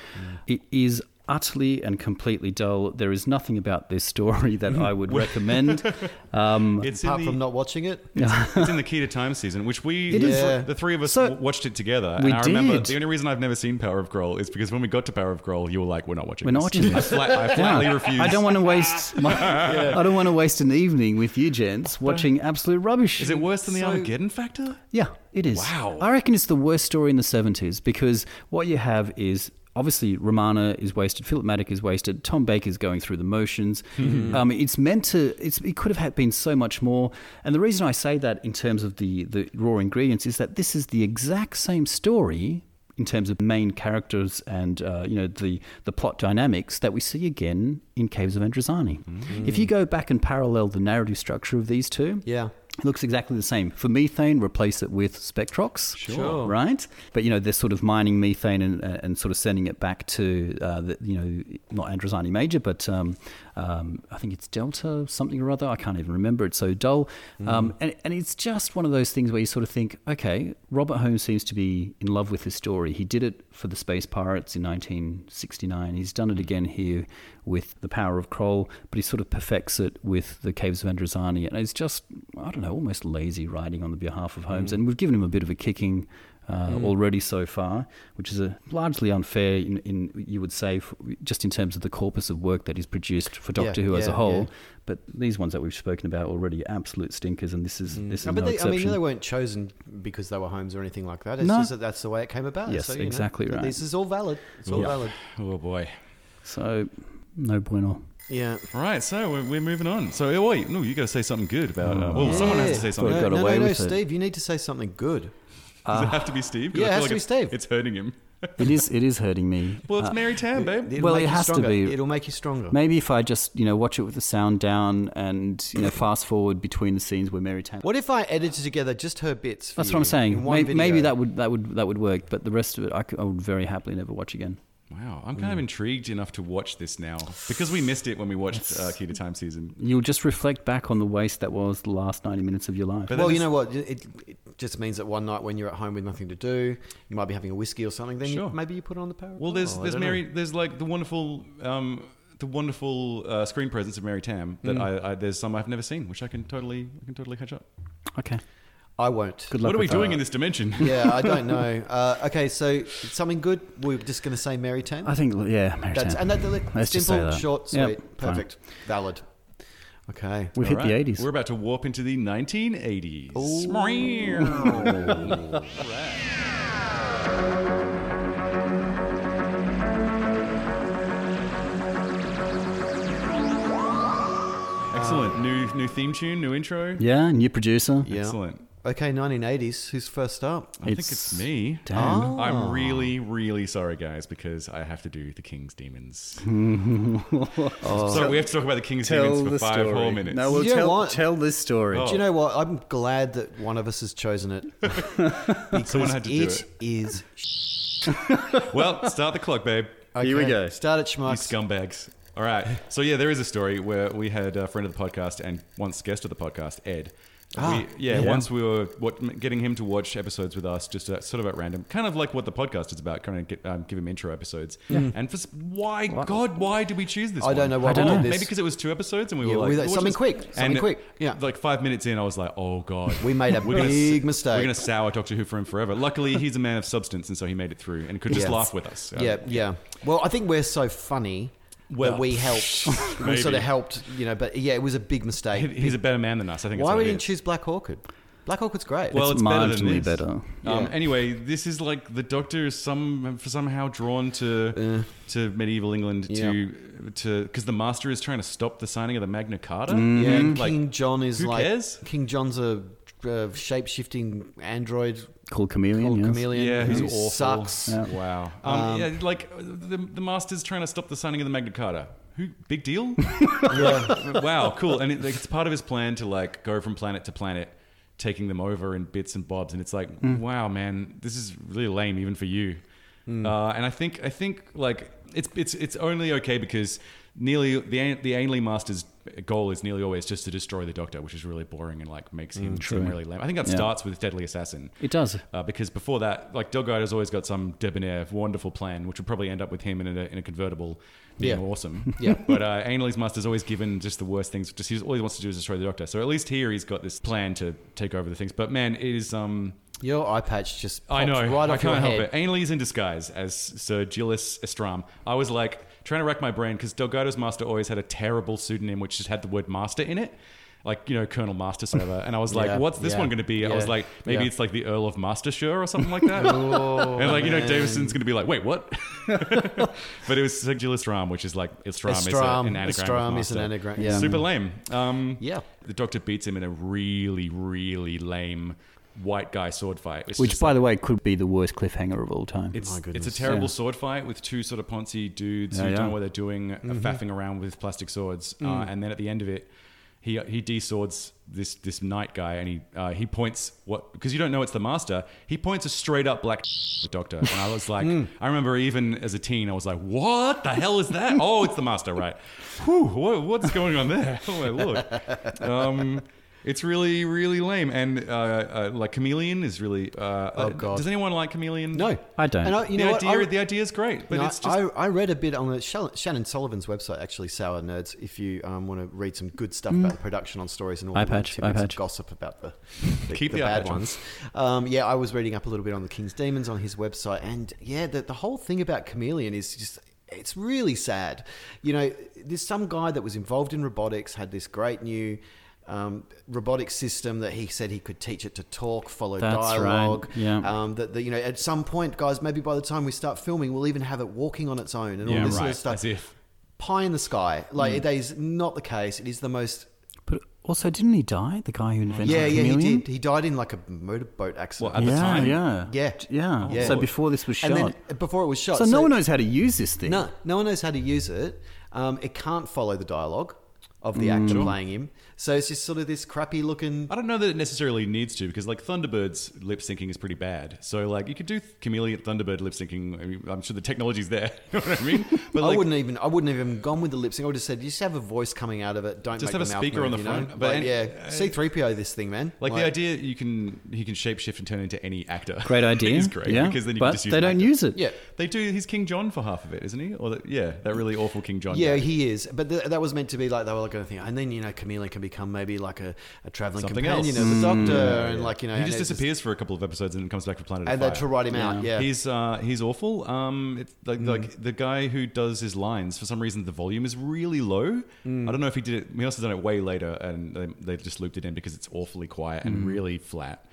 [SPEAKER 2] It is utterly and completely dull. There is nothing about this story (laughs) that I would recommend. Um,
[SPEAKER 1] It's in,
[SPEAKER 3] Apart
[SPEAKER 1] the,
[SPEAKER 3] from not watching it,
[SPEAKER 1] it's in the Key to Time season, which we,
[SPEAKER 2] It is.
[SPEAKER 1] the three of us,
[SPEAKER 2] So-
[SPEAKER 1] w- watched it together.
[SPEAKER 2] We
[SPEAKER 1] and I remember
[SPEAKER 2] did.
[SPEAKER 1] the only reason I've never seen Power of Grohl is because when we got to Power of Grohl, you were like, "We're not watching.
[SPEAKER 2] We're not
[SPEAKER 1] this." (laughs)
[SPEAKER 2] watching
[SPEAKER 1] I,
[SPEAKER 2] this.
[SPEAKER 1] flat, I flatly refuse.
[SPEAKER 2] I don't want to waste. My, I don't want to waste an evening with you gents watching absolute rubbish.
[SPEAKER 1] Is it worse than the Armageddon Factor?
[SPEAKER 2] Yeah, it is.
[SPEAKER 1] Wow.
[SPEAKER 2] I reckon it's the worst story in the 70s because what you have is obviously Romana is wasted, Philip Maddock is wasted, Tom Baker's going through the motions. Um, it's meant to, it's, it could have had been so much more. And the reason I say that in terms of the, the raw ingredients is that this is the exact same story. In terms of main characters and uh, you know the the plot dynamics that we see again in Caves of Androzani, if you go back and parallel the narrative structure of these two,
[SPEAKER 3] yeah.
[SPEAKER 2] it looks exactly the same. For methane, replace it with Spectrox.
[SPEAKER 3] Sure.
[SPEAKER 2] Right? But, you know, they're sort of mining methane and, uh, and sort of sending it back to, uh, the, you know, not Androzani Major, but um, um, I think it's Delta something or other. I can't even remember. It's so dull. Um, and, and it's just one of those things where you sort of think, okay, Robert Holmes seems to be in love with this story. He did it for the Space Pirates in 1969. He's done
[SPEAKER 3] Mm.
[SPEAKER 2] it again here with The Power of Kroll, but he sort of perfects it with The Caves of Androzani. And it's just, I don't know, almost lazy writing on the behalf of
[SPEAKER 3] Mm.
[SPEAKER 2] Holmes. And we've given him a bit of a kicking. Uh, Already so far, which is a largely unfair, in, in you would say, f just in terms of the corpus of work that is produced for Doctor Who as
[SPEAKER 3] yeah,
[SPEAKER 2] a whole.
[SPEAKER 3] yeah.
[SPEAKER 2] But these ones that we've spoken about already, are absolute stinkers, and this is this is
[SPEAKER 3] Mm. No,
[SPEAKER 2] no
[SPEAKER 3] but they, I
[SPEAKER 2] exception.
[SPEAKER 3] mean, they weren't chosen because they were homes or anything like that. It's
[SPEAKER 2] No.
[SPEAKER 3] just that that's the way it came about.
[SPEAKER 2] Yes,
[SPEAKER 3] so, you know,
[SPEAKER 2] exactly right.
[SPEAKER 3] This is all valid. It's all
[SPEAKER 1] Yeah.
[SPEAKER 3] valid.
[SPEAKER 1] Oh boy.
[SPEAKER 2] So, no
[SPEAKER 3] (laughs)
[SPEAKER 2] bueno.
[SPEAKER 3] Yeah.
[SPEAKER 1] All right, so we're, we're moving on. So oh, wait, no, you got to say something good about. Uh, well, someone has to say something.
[SPEAKER 2] Well,
[SPEAKER 3] No,
[SPEAKER 2] got
[SPEAKER 3] no,
[SPEAKER 2] away
[SPEAKER 3] no, no,
[SPEAKER 2] with it.
[SPEAKER 3] Steve, you need to say something good.
[SPEAKER 1] Does it have to be Steve? 'Cause
[SPEAKER 3] yeah,
[SPEAKER 1] I
[SPEAKER 3] it
[SPEAKER 1] feel
[SPEAKER 3] has to
[SPEAKER 1] it's-
[SPEAKER 3] be Steve.
[SPEAKER 1] It's hurting him.
[SPEAKER 2] It is it is hurting me.
[SPEAKER 1] Well, it's
[SPEAKER 2] Uh,
[SPEAKER 1] Mary Tam, babe.
[SPEAKER 3] It'll
[SPEAKER 2] Well,
[SPEAKER 3] make
[SPEAKER 2] it
[SPEAKER 3] you
[SPEAKER 2] has to
[SPEAKER 3] stronger.
[SPEAKER 2] be-
[SPEAKER 3] It'll make you stronger.
[SPEAKER 2] maybe if I just you know watch it with the sound down and you know fast forward between the scenes where Mary Tam.
[SPEAKER 3] What if I edited together just her bits? For
[SPEAKER 2] That's
[SPEAKER 3] you
[SPEAKER 2] what I'm
[SPEAKER 3] in
[SPEAKER 2] saying.
[SPEAKER 3] one
[SPEAKER 2] Maybe, maybe
[SPEAKER 3] video?
[SPEAKER 2] that would that would that would work, but the rest of it I, could- I would very happily never watch again.
[SPEAKER 1] Wow, I'm kind of
[SPEAKER 2] Mm.
[SPEAKER 1] intrigued enough to watch this now because we missed it when we watched uh, Key to Time season.
[SPEAKER 2] You'll just reflect back on the waste that was the last 90 minutes of your life.
[SPEAKER 1] But
[SPEAKER 3] Well,
[SPEAKER 1] then
[SPEAKER 3] you know what? It, it just means that one night when you're at home with nothing to do, you might be having a whiskey or something. Then
[SPEAKER 1] Sure.
[SPEAKER 3] you, maybe you put on the power.
[SPEAKER 1] Well, there's
[SPEAKER 3] Oh, I
[SPEAKER 1] there's
[SPEAKER 3] don't know.
[SPEAKER 1] Mary there's like the wonderful um, the wonderful uh, screen
[SPEAKER 3] Hmm.
[SPEAKER 1] presence of Mary Tam that I, I there's some I've never seen which I can totally I can totally catch up.
[SPEAKER 2] okay.
[SPEAKER 3] I won't.
[SPEAKER 2] Good luck.
[SPEAKER 1] What are we
[SPEAKER 2] with that.
[SPEAKER 1] doing in this dimension?
[SPEAKER 3] (laughs) Yeah, I don't know. Uh, okay, so something good. We're just going to say Mary Tan.
[SPEAKER 2] I think, yeah, Mary
[SPEAKER 3] That's
[SPEAKER 2] Tan.
[SPEAKER 3] and that, that-
[SPEAKER 2] Let's just say
[SPEAKER 3] simple,
[SPEAKER 2] that.
[SPEAKER 3] short, sweet,
[SPEAKER 2] Yep, fine.
[SPEAKER 3] perfect, valid. Okay.
[SPEAKER 2] We've
[SPEAKER 1] All
[SPEAKER 2] hit
[SPEAKER 1] right.
[SPEAKER 2] the 80s.
[SPEAKER 1] We're about to warp into the 1980s.
[SPEAKER 3] Oh.
[SPEAKER 1] (laughs) Excellent. New new theme tune, new intro.
[SPEAKER 2] yeah, new producer.
[SPEAKER 3] Uh. Yeah.
[SPEAKER 1] Excellent.
[SPEAKER 3] Okay, 1980s. Who's first up?
[SPEAKER 1] I think it's me. Oh.
[SPEAKER 2] Damn.
[SPEAKER 1] I'm really, really sorry, guys, because I have to do the King's (laughs) Demons. So we have to talk about the King's Demons for five whole minutes.
[SPEAKER 2] No,
[SPEAKER 3] we'll
[SPEAKER 2] we'll
[SPEAKER 3] You know tell-
[SPEAKER 2] tell,
[SPEAKER 3] what? tell
[SPEAKER 2] tell this
[SPEAKER 1] Oh,
[SPEAKER 2] story.
[SPEAKER 3] Do you know what? I'm glad that one of us has chosen it.
[SPEAKER 1] (laughs) Someone had to do it.
[SPEAKER 3] is.
[SPEAKER 1] Well, start the clock, babe.
[SPEAKER 2] Here we
[SPEAKER 3] Okay,
[SPEAKER 2] go.
[SPEAKER 3] Start at
[SPEAKER 1] You
[SPEAKER 3] schmucks.
[SPEAKER 1] scumbags. All right. So yeah, there is a story where we had a friend of the podcast and once guest of the podcast, Ed.
[SPEAKER 3] Ah,
[SPEAKER 1] we, yeah,
[SPEAKER 2] yeah.
[SPEAKER 1] Once we were what, getting him to watch episodes with us, just at, sort of at random, kind of like what the podcast is about. Kind of get, um, give him intro episodes. Mm-hmm. And for s- why, God, why did we choose this?
[SPEAKER 3] I
[SPEAKER 1] one?
[SPEAKER 3] don't know why I
[SPEAKER 2] don't we did know.
[SPEAKER 3] this.
[SPEAKER 1] Maybe because it was two episodes, and we
[SPEAKER 3] Yeah,
[SPEAKER 1] were like,
[SPEAKER 3] we-
[SPEAKER 1] "We'll
[SPEAKER 3] something
[SPEAKER 1] just-"
[SPEAKER 3] quick, something
[SPEAKER 1] and
[SPEAKER 3] quick, yeah.
[SPEAKER 1] Like five minutes in, I was like, oh God,
[SPEAKER 3] We made a
[SPEAKER 1] We're gonna s-
[SPEAKER 3] big
[SPEAKER 1] We're
[SPEAKER 3] mistake.
[SPEAKER 1] gonna sour Doctor Who for him forever. Luckily, he's a man of substance, and so he made it through and could just
[SPEAKER 3] Yeah.
[SPEAKER 1] laugh with us. Uh,
[SPEAKER 3] yeah, yeah. Well, I think we're so funny
[SPEAKER 1] Well,
[SPEAKER 3] that we
[SPEAKER 1] (laughs)
[SPEAKER 3] helped. we
[SPEAKER 1] maybe.
[SPEAKER 3] sort of helped, you know. But yeah, it was a big
[SPEAKER 1] he-
[SPEAKER 3] mistake.
[SPEAKER 1] He's a better man than us. I think.
[SPEAKER 3] Why
[SPEAKER 1] is
[SPEAKER 3] we
[SPEAKER 1] what it
[SPEAKER 3] didn't
[SPEAKER 1] is.
[SPEAKER 3] choose Black Orchid? Black Orchid's great.
[SPEAKER 1] Well, it's, better than this.
[SPEAKER 2] marginally better.
[SPEAKER 1] Um,
[SPEAKER 3] Yeah.
[SPEAKER 1] anyway, this is like the Doctor is some somehow drawn to to medieval England to to because the Master is trying to stop the signing of the Magna Carta.
[SPEAKER 3] yeah,
[SPEAKER 1] And,
[SPEAKER 3] and King John is
[SPEAKER 1] mm-hmm. who
[SPEAKER 3] like
[SPEAKER 1] cares?
[SPEAKER 3] King John's a uh, shape shifting android
[SPEAKER 2] Called Chameleon.
[SPEAKER 3] called
[SPEAKER 2] yes.
[SPEAKER 3] Chameleon.
[SPEAKER 1] yeah,
[SPEAKER 3] who
[SPEAKER 1] he's awful.
[SPEAKER 3] Sucks.
[SPEAKER 2] Yeah.
[SPEAKER 1] Wow. Um, yeah, like the the Master's trying to stop the signing of the Magna Carta. Who? Big
[SPEAKER 2] (laughs)
[SPEAKER 1] deal. wow, cool. And it, like, it's part of his plan to like go from planet to planet, taking them over in bits and bobs. And it's like,
[SPEAKER 2] Mm.
[SPEAKER 1] wow, man, this is really lame, even for you.
[SPEAKER 2] Mm.
[SPEAKER 1] Uh, and I think I think like it's it's it's only okay because nearly the Ain- the Ainley Master's goal is nearly always just to destroy the Doctor, which is really boring and like makes him seem really lame. I think that
[SPEAKER 2] Mm, Yeah.
[SPEAKER 1] starts with Deadly Assassin.
[SPEAKER 2] It does.
[SPEAKER 1] Uh, because before that, like Delgado's always got some debonair, wonderful plan, which would probably end up with him in a, in a convertible, being
[SPEAKER 3] Yeah.
[SPEAKER 1] awesome.
[SPEAKER 3] Yeah.
[SPEAKER 1] (laughs) But uh, Ainley's master's always given just the worst things. Just he's, all he wants to do is destroy the Doctor. So at least here he's got this plan to take over the things. But man, it is um.
[SPEAKER 3] Your eye patch just
[SPEAKER 1] I know.
[SPEAKER 3] popped right
[SPEAKER 1] I
[SPEAKER 3] off
[SPEAKER 1] can't
[SPEAKER 3] your
[SPEAKER 1] help
[SPEAKER 3] head.
[SPEAKER 1] it. Ainley's in disguise as Sir Gilles Estram. I was like trying to rack my brain because Delgado's master always had a terrible pseudonym which just had the word master in it. Like, you know, Colonel Master Server. And I
[SPEAKER 3] (laughs)
[SPEAKER 1] was like,
[SPEAKER 3] Yeah,
[SPEAKER 1] what's this
[SPEAKER 3] yeah,
[SPEAKER 1] one going to be? I
[SPEAKER 3] yeah,
[SPEAKER 1] was like, maybe
[SPEAKER 3] yeah.
[SPEAKER 1] it's like the Earl of Mastershire or something like
[SPEAKER 3] (laughs)
[SPEAKER 1] that. and like, you know,
[SPEAKER 3] Oh, man.
[SPEAKER 1] Davison's going to be like, wait, what? (laughs) but it was Sir Gilles Estram, which is like, Estram, is a-
[SPEAKER 3] Estram-
[SPEAKER 1] an anagram. of
[SPEAKER 3] Estram is an
[SPEAKER 1] master.
[SPEAKER 3] anagram, yeah.
[SPEAKER 1] Super lame. Um,
[SPEAKER 3] Yeah.
[SPEAKER 1] The doctor beats him in a really, really lame white guy sword fight. It's
[SPEAKER 2] Which,
[SPEAKER 1] just
[SPEAKER 2] by the way, could be the worst cliffhanger of all time.
[SPEAKER 1] it's,
[SPEAKER 3] goodness.
[SPEAKER 1] It's a terrible
[SPEAKER 2] Yeah.
[SPEAKER 1] sword fight with two sort of poncy dudes
[SPEAKER 2] Yeah,
[SPEAKER 1] who don't
[SPEAKER 2] yeah.
[SPEAKER 1] know what they're doing, uh, faffing around with plastic swords. Uh, and then at the end of it, he uh, he deswords this this knight guy, and he uh, he points what because you don't know it's the master. He points a straight up black (laughs) doctor, and I was like, I remember even as a teen, I was like, what the hell is that? oh, it's the master, right? Whew, what, what's going on there? (laughs) Oh my lord. Um, it's really, really lame, and uh, uh, like Chameleon is really. Uh, oh
[SPEAKER 3] God.
[SPEAKER 1] Does anyone like Chameleon?
[SPEAKER 3] No,
[SPEAKER 2] I don't.
[SPEAKER 3] And I, you
[SPEAKER 1] the
[SPEAKER 3] know
[SPEAKER 1] idea,
[SPEAKER 3] what? I-
[SPEAKER 1] the idea is great, but
[SPEAKER 3] No,
[SPEAKER 1] it's just
[SPEAKER 3] I, I read a bit on the Shall- Shannon Sullivan's website, actually, Sour Nerds, if you um, want to read some good stuff about
[SPEAKER 1] Mm.
[SPEAKER 3] the production on stories and all
[SPEAKER 2] Eye
[SPEAKER 3] the little
[SPEAKER 2] patch,
[SPEAKER 3] tidbits
[SPEAKER 2] eye
[SPEAKER 3] of
[SPEAKER 2] patch.
[SPEAKER 3] gossip
[SPEAKER 1] (laughs)
[SPEAKER 3] about the, the,
[SPEAKER 1] Keep
[SPEAKER 3] the
[SPEAKER 1] the eye
[SPEAKER 3] bad
[SPEAKER 1] patch on.
[SPEAKER 3] ones. Um, yeah, I was reading up a little bit on the King's Demons on his website, and yeah, the, the whole thing about Chameleon is just. It's really sad. You know, there's some guy that was involved in robotics, had this great new um, robotic system that he said he could teach it to talk, follow
[SPEAKER 2] That's right,
[SPEAKER 3] dialogue.
[SPEAKER 2] yeah.
[SPEAKER 3] Um, that, that you know, at some point, guys, maybe by the time we start filming, we'll even have it walking on its own and all
[SPEAKER 1] yeah,
[SPEAKER 3] this
[SPEAKER 1] right. Hmm.
[SPEAKER 3] sort of stuff.
[SPEAKER 1] As if
[SPEAKER 3] Pie in the sky, like that is not the case. It is the most.
[SPEAKER 2] But also, didn't he die? The guy who invented
[SPEAKER 3] Yeah,
[SPEAKER 2] the
[SPEAKER 3] yeah, he
[SPEAKER 2] chameleon?
[SPEAKER 3] did. He died in like a motorboat accident.
[SPEAKER 1] Well, at the
[SPEAKER 2] yeah,
[SPEAKER 1] time.
[SPEAKER 2] yeah,
[SPEAKER 3] Yeah.
[SPEAKER 2] yeah,
[SPEAKER 3] Yeah.
[SPEAKER 2] So before this was shot,
[SPEAKER 3] and then before it was shot,
[SPEAKER 2] so, no one knows how to use this thing.
[SPEAKER 3] No, no one knows how to use it. Um, it can't follow the dialogue of the
[SPEAKER 2] Hmm.
[SPEAKER 3] actor playing him, so it's just sort of this crappy looking.
[SPEAKER 1] I don't know that it necessarily needs to because like Thunderbird's lip syncing is pretty bad. So like you could do Chameleon Thunderbird lip syncing. I mean, I'm sure the technology's there. (laughs) you know what I mean? But
[SPEAKER 3] I
[SPEAKER 1] like,
[SPEAKER 3] wouldn't even. I wouldn't have even gone with the lip sync. I would have said, just have a voice coming out of it. Don't
[SPEAKER 1] Just
[SPEAKER 3] make
[SPEAKER 1] have
[SPEAKER 3] the
[SPEAKER 1] a
[SPEAKER 3] mouth
[SPEAKER 1] speaker on the
[SPEAKER 3] move, you know?
[SPEAKER 1] front, but
[SPEAKER 3] Like,
[SPEAKER 1] any-
[SPEAKER 3] yeah,
[SPEAKER 1] uh,
[SPEAKER 3] C three PO this thing, man.
[SPEAKER 1] Like, the idea you can he can shapeshift and turn into any actor. (laughs)
[SPEAKER 2] Great idea.
[SPEAKER 1] is great
[SPEAKER 2] yeah,
[SPEAKER 1] because then you
[SPEAKER 2] but
[SPEAKER 1] can just use
[SPEAKER 2] they
[SPEAKER 1] an
[SPEAKER 2] don't
[SPEAKER 1] actor.
[SPEAKER 2] use it.
[SPEAKER 3] Yeah,
[SPEAKER 1] They do. He's King John for half of it, isn't he? Or the, yeah, that really awful King John.
[SPEAKER 3] Yeah,
[SPEAKER 1] guy.
[SPEAKER 3] he is. But th- that was meant to be like they were like a kind of thing. And then you know, Chameleon can become maybe like a, a traveling
[SPEAKER 1] Something
[SPEAKER 3] companion
[SPEAKER 1] else.
[SPEAKER 3] of
[SPEAKER 2] Mm.
[SPEAKER 3] the Doctor, and like you know,
[SPEAKER 1] he
[SPEAKER 3] and
[SPEAKER 1] just
[SPEAKER 3] it's
[SPEAKER 1] disappears for a couple of episodes and then comes back for Planet
[SPEAKER 3] and
[SPEAKER 1] of
[SPEAKER 3] that
[SPEAKER 1] Fire.
[SPEAKER 3] to write him out. Yeah,
[SPEAKER 1] He's uh, he's awful. Um, it's like,
[SPEAKER 2] Mm.
[SPEAKER 1] like the guy who does his lines for some reason the volume is really low.
[SPEAKER 2] Mm.
[SPEAKER 1] I don't know if he did it. He must have done it way later, and they, they just looped it in because it's awfully quiet and
[SPEAKER 2] Mm.
[SPEAKER 1] really flat.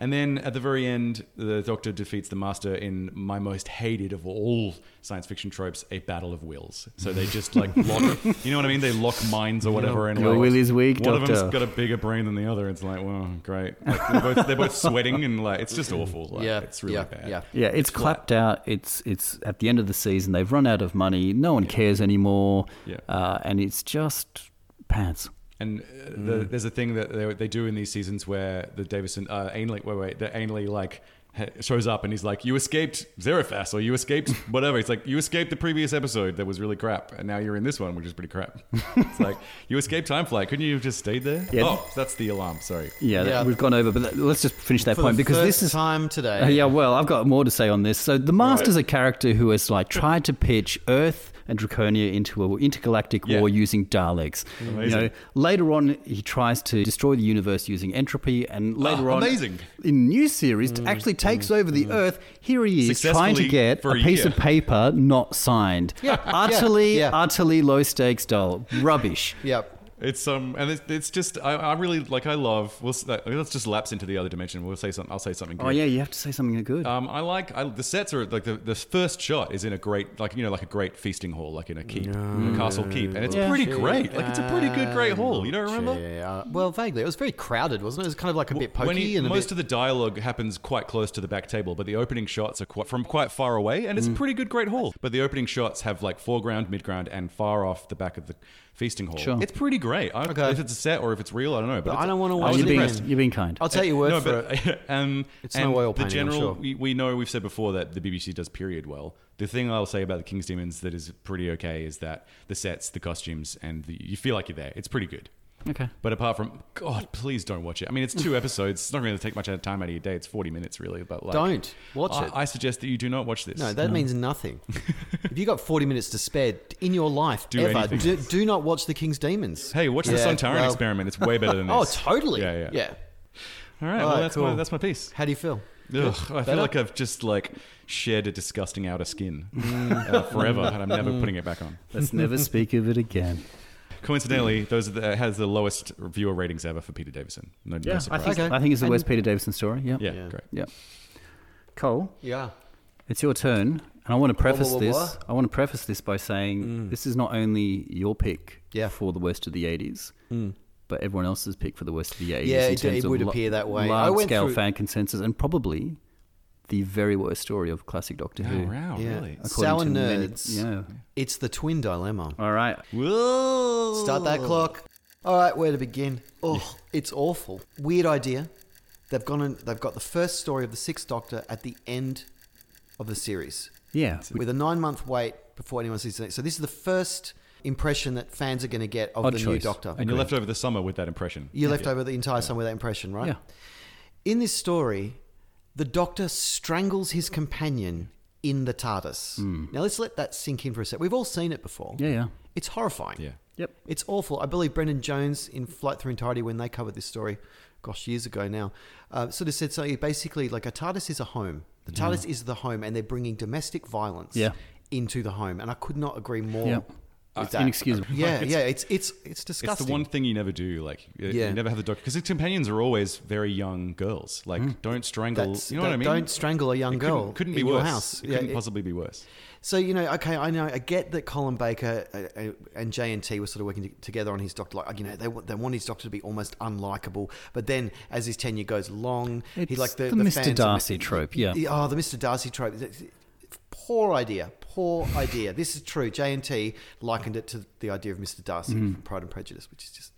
[SPEAKER 1] And then at the very end, the Doctor defeats the Master in my most hated of all science fiction tropes, a battle of wills. So they just
[SPEAKER 2] (laughs)
[SPEAKER 1] like lock, you know what I mean? They lock minds or whatever. And
[SPEAKER 2] Your
[SPEAKER 1] like,
[SPEAKER 2] will is weak,
[SPEAKER 1] One of them's
[SPEAKER 2] Doctor.
[SPEAKER 1] got a bigger brain than the other. It's like, well, great. Like, they're, both, they're both sweating and like it's just awful. Like,
[SPEAKER 3] yeah,
[SPEAKER 1] it's really
[SPEAKER 3] yeah,
[SPEAKER 1] bad.
[SPEAKER 3] Yeah,
[SPEAKER 2] Yeah, it's, clapped out. It's it's at the end of the season. They've run out of money. No one cares anymore.
[SPEAKER 1] Yeah.
[SPEAKER 2] Uh, and it's just pants.
[SPEAKER 1] And uh, the,
[SPEAKER 2] Mm.
[SPEAKER 1] there's a thing that they, they do in these seasons where the Davison, uh, Ainley, wait, wait, the Ainley like ha- shows up and he's like, "You escaped Zerifas, or you
[SPEAKER 2] (laughs)
[SPEAKER 1] escaped whatever." It's like you escaped the previous episode that was really crap, and now you're in this one, which is pretty crap. (laughs) it's like you escaped time flight. Couldn't you have just stayed there?
[SPEAKER 2] Yeah.
[SPEAKER 1] Oh, that's the alarm. Sorry.
[SPEAKER 2] Yeah, that-
[SPEAKER 3] Yeah.
[SPEAKER 2] we've gone over, but that- let's just finish that
[SPEAKER 3] For
[SPEAKER 2] point
[SPEAKER 3] the
[SPEAKER 2] because
[SPEAKER 3] first
[SPEAKER 2] this is.
[SPEAKER 3] time today.
[SPEAKER 2] Uh, yeah, well, I've got more to say on this. So the Master's a character who has like tried to pitch Earth and Draconia into an intergalactic
[SPEAKER 1] Yeah.
[SPEAKER 2] war using Daleks. You
[SPEAKER 1] Amazing.
[SPEAKER 2] know, later on, he tries to destroy the universe using entropy, and later
[SPEAKER 1] Ah,
[SPEAKER 2] on,
[SPEAKER 1] amazing.
[SPEAKER 2] in new series, actually takes over the Earth. Here he is trying to
[SPEAKER 1] Successfully
[SPEAKER 2] get a,
[SPEAKER 1] for a
[SPEAKER 2] piece
[SPEAKER 1] year.
[SPEAKER 2] of paper not signed.
[SPEAKER 3] Yeah,
[SPEAKER 2] utterly,
[SPEAKER 3] yeah, yeah.
[SPEAKER 2] utterly low stakes, dull rubbish.
[SPEAKER 3] Yep.
[SPEAKER 1] It's um, and it's, it's just I, I really like I love. We'll s- like, let's just lapse into the other dimension. We'll say something. I'll say something. Good.
[SPEAKER 2] Oh yeah, you have to say something good.
[SPEAKER 1] Um, I like I, the sets are like the, the first shot is in a great like you know like a great feasting hall like in a keep in a castle keep and it's
[SPEAKER 2] Yeah.
[SPEAKER 1] pretty great like it's a pretty good great hall you don't remember
[SPEAKER 3] Yeah. Well, vaguely, it was very crowded, wasn't it? It was kind of like a bit pokey
[SPEAKER 1] when he,
[SPEAKER 3] and a
[SPEAKER 1] most
[SPEAKER 3] bit.
[SPEAKER 1] of the dialogue happens quite close to the back table but the opening shots are quite, from quite far away and it's
[SPEAKER 3] Mm.
[SPEAKER 1] a pretty good great hall but the opening shots have like foreground midground and far off the back of the feasting hall
[SPEAKER 2] Sure.
[SPEAKER 1] it's pretty great I,
[SPEAKER 3] Okay.
[SPEAKER 1] if it's a set or if it's real I don't know but,
[SPEAKER 3] I
[SPEAKER 1] it's-
[SPEAKER 3] don't wanna
[SPEAKER 1] I
[SPEAKER 3] watch
[SPEAKER 1] was
[SPEAKER 2] you're, being,
[SPEAKER 1] impressed
[SPEAKER 2] you're being kind.
[SPEAKER 3] I'll take your word
[SPEAKER 1] no,
[SPEAKER 3] for it.
[SPEAKER 1] but, (laughs) um,
[SPEAKER 3] It's
[SPEAKER 1] and
[SPEAKER 3] no oil
[SPEAKER 1] the
[SPEAKER 3] painting, I'm
[SPEAKER 1] general,
[SPEAKER 3] sure.
[SPEAKER 1] we, we know we've said before that the BBC does period well. The thing I'll say about the King's Demons that is pretty okay is that the sets, the costumes, and the, you feel like you're there. It's pretty good.
[SPEAKER 2] Okay.
[SPEAKER 1] But apart from God, please don't watch it. I mean, it's
[SPEAKER 3] (laughs)
[SPEAKER 1] two episodes. It's not going to take much time out of your day. It's forty minutes, really. But like,
[SPEAKER 3] Don't watch
[SPEAKER 1] I,
[SPEAKER 3] it.
[SPEAKER 1] I suggest that you do not watch this.
[SPEAKER 3] No, that
[SPEAKER 1] (laughs)
[SPEAKER 3] means nothing. if you got 40 minutes to spare in your life
[SPEAKER 1] Do
[SPEAKER 3] ever,
[SPEAKER 1] anything.
[SPEAKER 3] do, do not watch The King's Demons.
[SPEAKER 1] hey, watch the
[SPEAKER 3] Yeah,
[SPEAKER 1] Suntaran
[SPEAKER 3] well-
[SPEAKER 1] experiment. It's way better
[SPEAKER 3] (laughs)
[SPEAKER 1] than this.
[SPEAKER 3] Oh, totally.
[SPEAKER 1] Yeah, yeah.
[SPEAKER 3] yeah.
[SPEAKER 1] All right.
[SPEAKER 3] All
[SPEAKER 1] well,
[SPEAKER 3] right,
[SPEAKER 1] that's my
[SPEAKER 3] cool.
[SPEAKER 1] that's my piece.
[SPEAKER 3] How do you feel?
[SPEAKER 1] Ugh, I feel
[SPEAKER 3] Better?
[SPEAKER 1] like I've just like shed a disgusting outer skin
[SPEAKER 3] Mm.
[SPEAKER 1] uh, forever, and I'm never putting it back on.
[SPEAKER 2] Let's never (laughs) speak of it again.
[SPEAKER 1] Coincidentally, those are the, has the lowest viewer ratings ever for Peter Davison. No, no
[SPEAKER 2] I
[SPEAKER 1] surprise.
[SPEAKER 2] think,
[SPEAKER 3] Okay.
[SPEAKER 2] I think it's the
[SPEAKER 3] And-
[SPEAKER 2] worst Peter Davison story. Yeah.
[SPEAKER 1] yeah,
[SPEAKER 3] Yeah.
[SPEAKER 1] great.
[SPEAKER 2] Yeah. Cole,
[SPEAKER 3] Yeah.
[SPEAKER 2] it's your turn, and I want to preface
[SPEAKER 3] blah,
[SPEAKER 2] this.
[SPEAKER 3] blah. Mm.
[SPEAKER 2] I want to preface this by saying this is not only your pick
[SPEAKER 3] Yeah. Mm.
[SPEAKER 2] for the worst of the '80s, but everyone else's pick for the worst of the '80s.
[SPEAKER 3] Yeah,
[SPEAKER 2] in
[SPEAKER 3] it-
[SPEAKER 2] terms
[SPEAKER 3] it
[SPEAKER 2] of
[SPEAKER 3] would
[SPEAKER 2] lo-
[SPEAKER 3] appear that way. I went
[SPEAKER 2] Large-scale
[SPEAKER 3] through-
[SPEAKER 2] fan consensus, and probably the very worst story of classic Doctor
[SPEAKER 1] Oh,
[SPEAKER 2] Who.
[SPEAKER 1] wow,
[SPEAKER 3] Yeah.
[SPEAKER 1] really?
[SPEAKER 2] according
[SPEAKER 3] Sour
[SPEAKER 2] to many-
[SPEAKER 3] nerds.
[SPEAKER 2] yeah.
[SPEAKER 3] It's the twin dilemma.
[SPEAKER 2] All right.
[SPEAKER 1] Whoa!
[SPEAKER 3] Start that clock. All right, where to begin? Oh, it's awful. Weird idea. They've gone and they've got the first story of the Sixth Doctor at the end of the series,
[SPEAKER 2] Yeah.
[SPEAKER 3] with a nine-month wait before anyone sees it. So this is the first impression that fans are going to get of
[SPEAKER 2] Odd
[SPEAKER 3] the new
[SPEAKER 2] choice.
[SPEAKER 3] Doctor.
[SPEAKER 1] And you left over the summer with that impression.
[SPEAKER 3] You left over the entire song with that impression, right?
[SPEAKER 2] Yeah.
[SPEAKER 3] In this story, the Doctor strangles his companion in the TARDIS. Now let's let that sink in for a sec. We've all seen it before.
[SPEAKER 2] Hmm. Yeah. Yeah.
[SPEAKER 3] It's horrifying.
[SPEAKER 1] Yeah.
[SPEAKER 2] Yep.
[SPEAKER 3] It's awful. I believe Brendan Jones in Flight Through Entirety, when they covered this story, gosh, years ago now, uh, sort of said something basically like a TARDIS is a home. The TARDIS is the home, and they're bringing domestic violence
[SPEAKER 2] Mm. Yeah.
[SPEAKER 3] into the home. And I could not agree more.
[SPEAKER 2] Yeah.
[SPEAKER 3] with
[SPEAKER 2] It's
[SPEAKER 3] that.
[SPEAKER 2] inexcusable.
[SPEAKER 1] (laughs)
[SPEAKER 3] Yeah, yeah, it's it's it's disgusting.
[SPEAKER 1] It's the Uh, one thing you never do. Like, you-
[SPEAKER 3] Yeah.
[SPEAKER 1] you never have the doctor because his companions are always very young girls. Like, don't strangle.
[SPEAKER 3] Mm. That's,
[SPEAKER 1] you know what I mean?
[SPEAKER 3] Don't strangle a young
[SPEAKER 1] It
[SPEAKER 3] girl.
[SPEAKER 1] Couldn't, couldn't be
[SPEAKER 3] in
[SPEAKER 1] worse.
[SPEAKER 3] Your house.
[SPEAKER 1] It
[SPEAKER 3] Yeah,
[SPEAKER 1] couldn't
[SPEAKER 3] it-
[SPEAKER 1] possibly be worse.
[SPEAKER 3] so you know, okay, I know, I get that Colin Baker uh, uh, and J and T were sort of working t- together on his doctor. Like, you know, they want they want his doctor to be almost unlikable. But then, as his tenure goes long, he
[SPEAKER 2] It's
[SPEAKER 3] like the,
[SPEAKER 2] the Mr.
[SPEAKER 3] fans are-
[SPEAKER 2] Darcy trope, yeah.
[SPEAKER 3] The- oh, the Mr. Darcy trope. Poor idea. Poor idea. This is true. J and T likened it to the idea of Mr. Darcy
[SPEAKER 2] Mm.
[SPEAKER 3] from Pride and Prejudice, which is just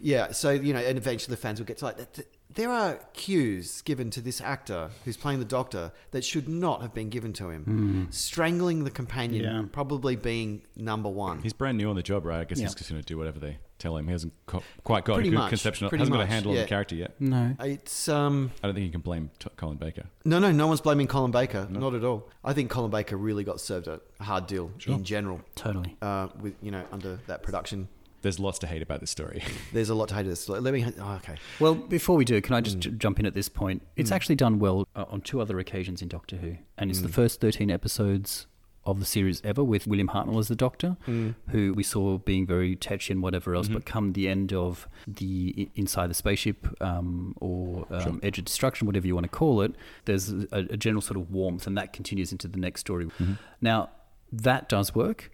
[SPEAKER 3] yeah. So you know, and eventually the fans will get to like. th- th- There are cues given to this actor who's playing the Doctor that should not have been given to him. Strangling the companion
[SPEAKER 2] Mm. Yeah.
[SPEAKER 3] probably being number one.
[SPEAKER 1] He's brand new on the job, right? I guess
[SPEAKER 2] Yeah.
[SPEAKER 1] he's just going to do whatever they tell him. He hasn't co- quite got
[SPEAKER 3] Pretty
[SPEAKER 1] a good
[SPEAKER 3] much,
[SPEAKER 1] conception. of-
[SPEAKER 3] pretty
[SPEAKER 1] hasn't got a
[SPEAKER 3] much,
[SPEAKER 1] handle on
[SPEAKER 3] yeah.
[SPEAKER 1] the character yet.
[SPEAKER 2] No.
[SPEAKER 3] It's um
[SPEAKER 1] I don't think you can blame t- Colin Baker.
[SPEAKER 3] No, no, no one's blaming Colin Baker. Not at all. I think Colin Baker really got served a hard deal in general,
[SPEAKER 2] Totally.
[SPEAKER 3] uh, with you know under that production
[SPEAKER 1] There's lots to hate about this story.
[SPEAKER 3] There's a lot to hate to this. Let me. Oh, okay.
[SPEAKER 2] Well, before we do, can I just
[SPEAKER 3] Mm.
[SPEAKER 2] j- jump in at this point? It's actually done well uh, on two other occasions in Doctor Who, and
[SPEAKER 3] Mm.
[SPEAKER 2] it's the first 13 episodes of the series ever with William Hartnell as the Doctor,
[SPEAKER 3] Mm.
[SPEAKER 2] who we saw being very tetchy and whatever else,
[SPEAKER 3] Mm-hmm.
[SPEAKER 2] but come the end of the I- Inside the Spaceship um, or um, Edge of Destruction, whatever you want to call it, there's a, a general sort of warmth, and that continues into the next story.
[SPEAKER 3] Mm-hmm.
[SPEAKER 2] Now, that does work.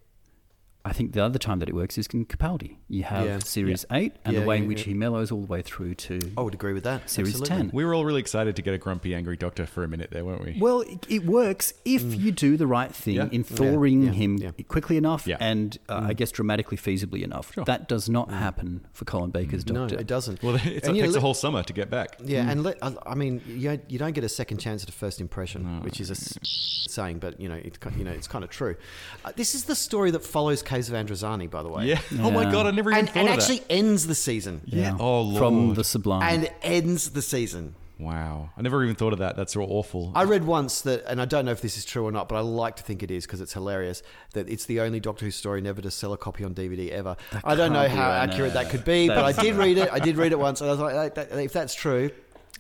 [SPEAKER 2] I think the other time that it works is in Capaldi. You have
[SPEAKER 3] Yeah.
[SPEAKER 2] series eight and
[SPEAKER 3] Yeah,
[SPEAKER 2] the way
[SPEAKER 3] yeah,
[SPEAKER 2] in which
[SPEAKER 3] yeah.
[SPEAKER 2] he mellows all the way through to
[SPEAKER 3] I would agree with that.
[SPEAKER 2] series
[SPEAKER 3] Absolutely.
[SPEAKER 2] 10.
[SPEAKER 1] We were all really excited to get a grumpy, angry doctor for a minute there, weren't we?
[SPEAKER 2] Well, it, it works if you do the right thing
[SPEAKER 1] Yeah.
[SPEAKER 2] in thawing
[SPEAKER 3] Yeah, yeah,
[SPEAKER 2] him
[SPEAKER 3] yeah.
[SPEAKER 2] quickly enough
[SPEAKER 1] Yeah.
[SPEAKER 2] and uh, I guess dramatically feasibly enough. That does not happen for Colin Baker's
[SPEAKER 3] No,
[SPEAKER 2] Doctor.
[SPEAKER 3] it doesn't.
[SPEAKER 1] Well, (laughs) it's, it
[SPEAKER 3] And, you know,
[SPEAKER 1] takes a
[SPEAKER 3] let-
[SPEAKER 1] whole Mm. summer to get back.
[SPEAKER 3] Yeah, and let, I, I mean, you don't, you don't get a second chance at a first impression, which is a s- saying, but you know, it's ki- you know, it's kind of true. Uh, this is the story that follows Case of Androzani, by the
[SPEAKER 2] (laughs)
[SPEAKER 3] way.
[SPEAKER 1] Yeah. Oh my
[SPEAKER 2] Yeah.
[SPEAKER 1] god, I never even
[SPEAKER 3] and,
[SPEAKER 1] thought
[SPEAKER 3] and
[SPEAKER 1] of
[SPEAKER 3] actually
[SPEAKER 1] that.
[SPEAKER 3] ends the season.
[SPEAKER 1] Yeah. Oh
[SPEAKER 2] From
[SPEAKER 1] Lord.
[SPEAKER 2] the sublime.
[SPEAKER 3] and ends the season.
[SPEAKER 1] Wow, I never even thought of that. That's so awful.
[SPEAKER 3] I read once that, and I don't know if this is true or not, but I like to think it is because it's hilarious that it's the only Doctor Who story never to sell a copy on DVD ever. I don't know
[SPEAKER 2] can't be
[SPEAKER 3] how
[SPEAKER 2] right.
[SPEAKER 3] accurate
[SPEAKER 2] No.
[SPEAKER 3] that could be, but I
[SPEAKER 2] That's-
[SPEAKER 3] did read it. I did read it once, and I was like, that, that- if that's true,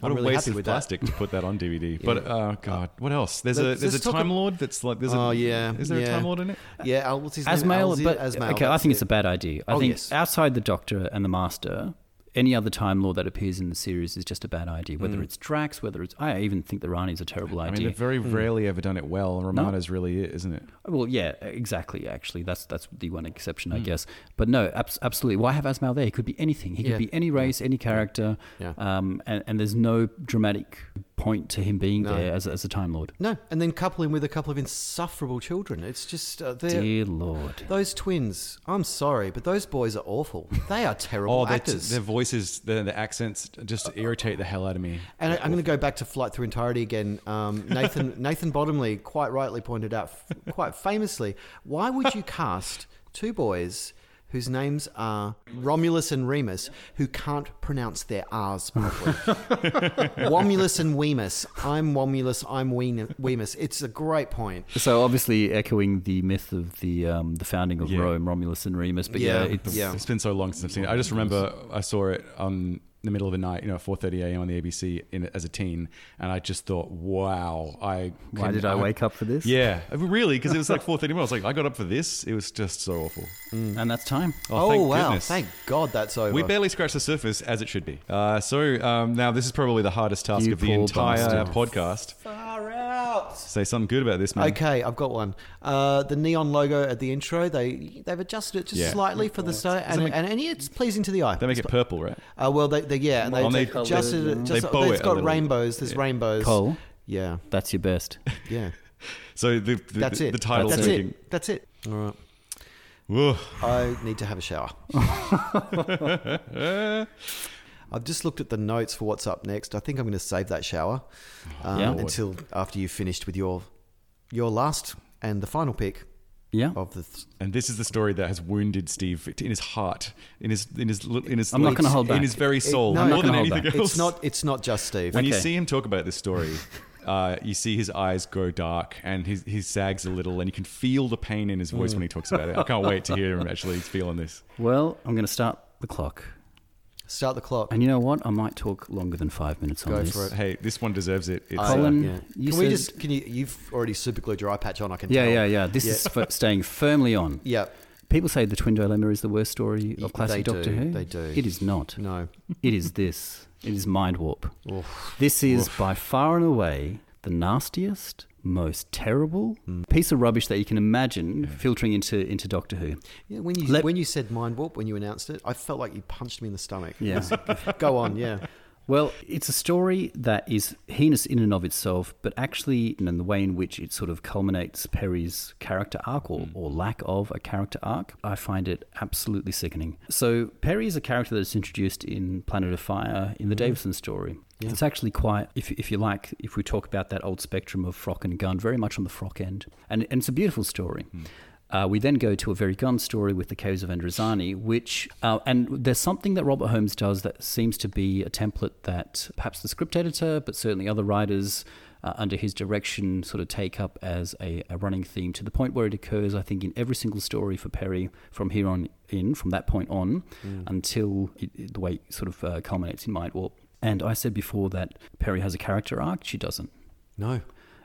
[SPEAKER 1] what
[SPEAKER 3] I'm
[SPEAKER 1] a
[SPEAKER 3] really
[SPEAKER 1] waste
[SPEAKER 3] happy
[SPEAKER 1] of
[SPEAKER 3] with that.
[SPEAKER 1] plastic to put that on
[SPEAKER 3] (laughs)
[SPEAKER 1] DVD. But oh god, what else? There's a
[SPEAKER 3] Let's-
[SPEAKER 1] there's a
[SPEAKER 3] let's talk
[SPEAKER 1] Time
[SPEAKER 3] ab-
[SPEAKER 1] Lord that's like there's a
[SPEAKER 3] Oh, yeah,
[SPEAKER 1] Is there
[SPEAKER 3] yeah.
[SPEAKER 1] a Time Lord in it?
[SPEAKER 3] Yeah, Al, what's his name? Oh,
[SPEAKER 2] Asmail,
[SPEAKER 3] Alzi-
[SPEAKER 2] but
[SPEAKER 3] Asmail,
[SPEAKER 2] okay, I
[SPEAKER 3] that's
[SPEAKER 2] think
[SPEAKER 3] it.
[SPEAKER 2] it's a bad idea. I
[SPEAKER 3] Oh,
[SPEAKER 2] think
[SPEAKER 3] yes.
[SPEAKER 2] outside the Doctor and the Master, any other Time Lord that appears in the series is just a bad idea. Whether it's Drax, whether it's I even think the Rani's a terrible
[SPEAKER 1] I
[SPEAKER 2] idea.
[SPEAKER 1] mean, they've very
[SPEAKER 2] Hmm.
[SPEAKER 1] rarely ever done it well. and Romano's really it, isn't it?
[SPEAKER 2] Well, yeah, exactly. Actually, that's that's the one exception,
[SPEAKER 3] Hmm.
[SPEAKER 2] I guess. But no, abs- absolutely. Why have Asmal there? He could be anything. He could
[SPEAKER 3] Yeah.
[SPEAKER 2] be any race, any character.
[SPEAKER 3] Yeah.
[SPEAKER 2] Um, and, and there's no dramatic point to him being there as, as a Time Lord.
[SPEAKER 3] No, and then couple him with a couple of insufferable children. It's just uh, they're.
[SPEAKER 2] Dear Lord.
[SPEAKER 3] Those twins, I'm sorry, but those boys are awful. They are terrible
[SPEAKER 1] Oh, their, t-
[SPEAKER 3] actors.
[SPEAKER 1] their voices, their, their accents just irritate the hell out of me.
[SPEAKER 3] And I, I'm going to go back to flight through entirety again. Um,
[SPEAKER 1] (laughs)
[SPEAKER 3] Nathan Nathan Bottomley quite rightly pointed out, f- quite famously, why would you cast two boys whose names are Romulus and Remus, who can't pronounce their R's properly?
[SPEAKER 1] (laughs)
[SPEAKER 3] Womulus and Wemus. I'm Womulus. I'm Ween- Wemus. It's a great point.
[SPEAKER 2] So obviously echoing the myth of the um, the founding of
[SPEAKER 1] Yeah.
[SPEAKER 2] Rome, Romulus and Remus. But
[SPEAKER 3] Yeah.
[SPEAKER 2] yeah, it's,
[SPEAKER 3] Yeah.
[SPEAKER 1] It's been so long since I've seen it. I just remember I saw it on the middle of the night, you know, at 4:30 a.m. on the ABC in, as a teen, and I just thought, wow, I
[SPEAKER 2] why
[SPEAKER 1] can-
[SPEAKER 2] did I wake up for
[SPEAKER 1] (laughs)
[SPEAKER 2] this?
[SPEAKER 1] Yeah, really, because it was like 4:30. I was like, I got up for this. It was just so awful.
[SPEAKER 2] And that's time.
[SPEAKER 1] Oh, thank
[SPEAKER 3] wow!
[SPEAKER 1] goodness.
[SPEAKER 3] Thank God that's over.
[SPEAKER 1] We barely scratched the surface, as it should be. Uh, so um, now this is probably the hardest task
[SPEAKER 2] You
[SPEAKER 1] of the
[SPEAKER 2] poor
[SPEAKER 1] entire
[SPEAKER 2] bastard.
[SPEAKER 1] podcast.
[SPEAKER 3] Far out.
[SPEAKER 1] Say something good about this, man.
[SPEAKER 3] Okay, I've got one. Uh, the neon logo at the intro, they they've adjusted it just
[SPEAKER 1] Yeah.
[SPEAKER 3] slightly for the start, and, and, and it's pleasing to the eye.
[SPEAKER 1] They make it purple, right?
[SPEAKER 3] Uh, well, they, they yeah, and they,
[SPEAKER 1] Well,
[SPEAKER 3] they
[SPEAKER 1] they-
[SPEAKER 3] adjusted it. Just,
[SPEAKER 1] They bow it
[SPEAKER 3] it's
[SPEAKER 1] a
[SPEAKER 3] got
[SPEAKER 1] little.
[SPEAKER 3] rainbows. There's rainbows.
[SPEAKER 2] Cole,
[SPEAKER 3] Yeah,
[SPEAKER 2] that's your best.
[SPEAKER 3] yeah.
[SPEAKER 1] So the, the
[SPEAKER 3] That's
[SPEAKER 1] the,
[SPEAKER 3] it.
[SPEAKER 1] The title
[SPEAKER 3] That's
[SPEAKER 1] thinking.
[SPEAKER 3] it. That's it. All right.
[SPEAKER 1] Ugh.
[SPEAKER 3] I need to have
[SPEAKER 1] (laughs)
[SPEAKER 3] a shower. I've just looked at the notes for what's up next. I think I'm going to save that shower um,
[SPEAKER 2] Yeah.
[SPEAKER 3] until after you've finished with your your last and the final pick
[SPEAKER 2] Yeah.
[SPEAKER 3] of the. Th-
[SPEAKER 1] And this is the story that has wounded Steve in his heart, in his in his li- in his.
[SPEAKER 2] I'm not
[SPEAKER 1] like,
[SPEAKER 2] gonna hold
[SPEAKER 1] In
[SPEAKER 2] back.
[SPEAKER 1] his very soul,
[SPEAKER 3] no, I'm
[SPEAKER 1] more
[SPEAKER 3] not
[SPEAKER 1] than
[SPEAKER 2] gonna hold
[SPEAKER 1] anything else.
[SPEAKER 3] it's not. It's not just Steve.
[SPEAKER 1] When you
[SPEAKER 2] Okay.
[SPEAKER 1] see him talk about this
[SPEAKER 2] (laughs)
[SPEAKER 1] story, uh, you see his eyes go dark and his, he sags a little, and you can feel the pain in his voice
[SPEAKER 2] Mm.
[SPEAKER 1] when he talks about it. I can't wait to hear
[SPEAKER 2] (laughs)
[SPEAKER 1] him actually feeling this.
[SPEAKER 2] well, I'm going to start the clock.
[SPEAKER 3] Start the clock.
[SPEAKER 2] And you know what? I might talk longer than five minutes on
[SPEAKER 3] Go
[SPEAKER 2] this.
[SPEAKER 3] for it.
[SPEAKER 1] Hey, this one deserves it. It's,
[SPEAKER 2] Colin,
[SPEAKER 1] uh,
[SPEAKER 3] Yeah.
[SPEAKER 2] you
[SPEAKER 3] can we
[SPEAKER 2] said-
[SPEAKER 3] just? Can you? You've already super glued your eye patch on. I can.
[SPEAKER 2] Yeah,
[SPEAKER 3] tell.
[SPEAKER 2] yeah, yeah. This
[SPEAKER 3] Yeah.
[SPEAKER 2] is f- staying firmly on.
[SPEAKER 3] Yeah.
[SPEAKER 2] People say the twin dilemma is the worst story
[SPEAKER 3] Y-
[SPEAKER 2] of classic
[SPEAKER 3] they
[SPEAKER 2] Doctor
[SPEAKER 3] do,
[SPEAKER 2] Who.
[SPEAKER 3] they do.
[SPEAKER 2] It is not.
[SPEAKER 3] No.
[SPEAKER 2] It is this. It is mind warp. This is by far and away the nastiest, most terrible
[SPEAKER 3] Hmm.
[SPEAKER 2] piece of rubbish that you can imagine filtering into into Doctor Who.
[SPEAKER 3] Yeah, when you
[SPEAKER 2] Let-
[SPEAKER 3] when you said mind warp when you announced it, I felt like you punched me in
[SPEAKER 2] (laughs)
[SPEAKER 3] the stomach.
[SPEAKER 2] Yeah.
[SPEAKER 3] Go on, yeah.
[SPEAKER 2] Well, it's a story that is heinous in and of itself, but actually, in the way in which it sort of culminates Perry's character arc or, or lack of a character arc, I find it absolutely sickening. So, Perry is a character that's introduced in Planet of Fire in the Davison story. It's actually quite, if, if you like, if we talk about that old spectrum of frock and gun, very much on the frock end. And, and it's a beautiful story. Uh, we then go to a very gun story with the caves of Androzani, which, uh, and there's something that Robert Holmes does that seems to be a template that perhaps the script editor, but certainly other writers uh, under his direction sort of take up as a, a running theme to the point where it occurs, I think, in every single story for Perry from here on in, from that point on, until it, it- the way it sort of uh, culminates in Mindwarp. And I said before that Perry has a character arc, she doesn't
[SPEAKER 3] No.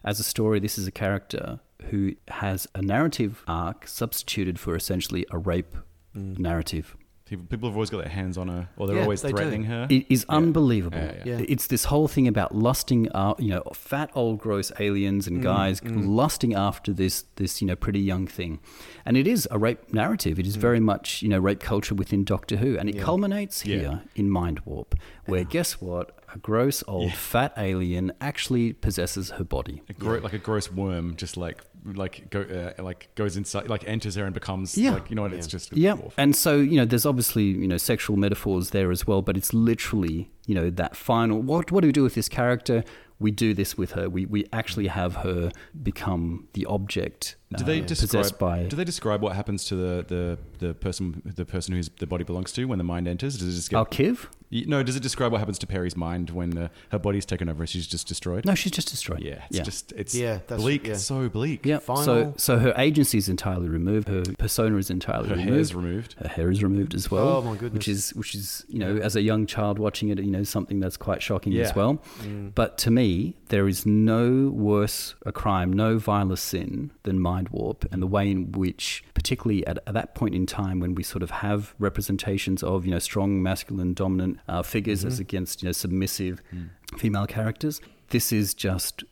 [SPEAKER 2] as a story, this is a character who has a narrative arc substituted for essentially a rape
[SPEAKER 1] Mm.
[SPEAKER 2] narrative.
[SPEAKER 1] People, people have always got their hands on her, or they're
[SPEAKER 3] Yeah,
[SPEAKER 1] always
[SPEAKER 3] they do.
[SPEAKER 1] threatening her.
[SPEAKER 2] It is unbelievable.
[SPEAKER 1] Yeah,
[SPEAKER 3] yeah. Yeah.
[SPEAKER 2] It's this whole thing about lusting, uh, you know, fat old gross aliens
[SPEAKER 1] Mm,
[SPEAKER 2] and guys lusting after this this you know pretty young thing, and it is a rape narrative. It is very much you know rape culture within Doctor Who, and it culminates
[SPEAKER 1] Mm. Yeah.
[SPEAKER 2] here in Mind Warp, where guess what? A gross old fat alien actually possesses her body.
[SPEAKER 1] A gro- Like a gross worm, just like like go uh, like goes inside, like enters her and becomes
[SPEAKER 2] Yeah.
[SPEAKER 1] like you know what? It's just
[SPEAKER 2] Yeah,
[SPEAKER 1] awful.
[SPEAKER 2] and so you know, there's obviously you know sexual metaphors there as well, but it's literally you know that final. What what do we do with this character? We do this with her. We we actually have her become the object.
[SPEAKER 1] Do they
[SPEAKER 2] uh,
[SPEAKER 1] describe?
[SPEAKER 2] possessed by?
[SPEAKER 1] do they describe what happens to the, the, the person the person whose the body belongs to when the mind enters? Does it just get,
[SPEAKER 2] Alkiv?
[SPEAKER 1] Y- no? Does it describe what happens to Perry's mind when uh, her body's taken over and she's just destroyed?
[SPEAKER 2] No, she's just destroyed.
[SPEAKER 1] Yeah, it's just it's
[SPEAKER 3] Yeah, that's-
[SPEAKER 1] bleak.
[SPEAKER 3] yeah.
[SPEAKER 1] It's so bleak.
[SPEAKER 2] yeah. So
[SPEAKER 3] final-
[SPEAKER 2] so her agency is entirely removed. Her persona is entirely
[SPEAKER 1] her
[SPEAKER 2] removed.
[SPEAKER 1] hair's removed.
[SPEAKER 2] her hair is removed as well.
[SPEAKER 3] Oh, my goodness.
[SPEAKER 2] Which is which is you know as a young child watching it, you know something that's quite shocking
[SPEAKER 1] Yeah.
[SPEAKER 2] as well.
[SPEAKER 3] Mm.
[SPEAKER 2] But to me, there is no worse a crime, no viler sin than mind warp, and the way in which, particularly at, at that point in time when we sort of have representations of you know strong masculine dominant uh, figures as
[SPEAKER 3] Mm-hmm.
[SPEAKER 2] against you know submissive
[SPEAKER 3] Mm.
[SPEAKER 2] female characters, this is just.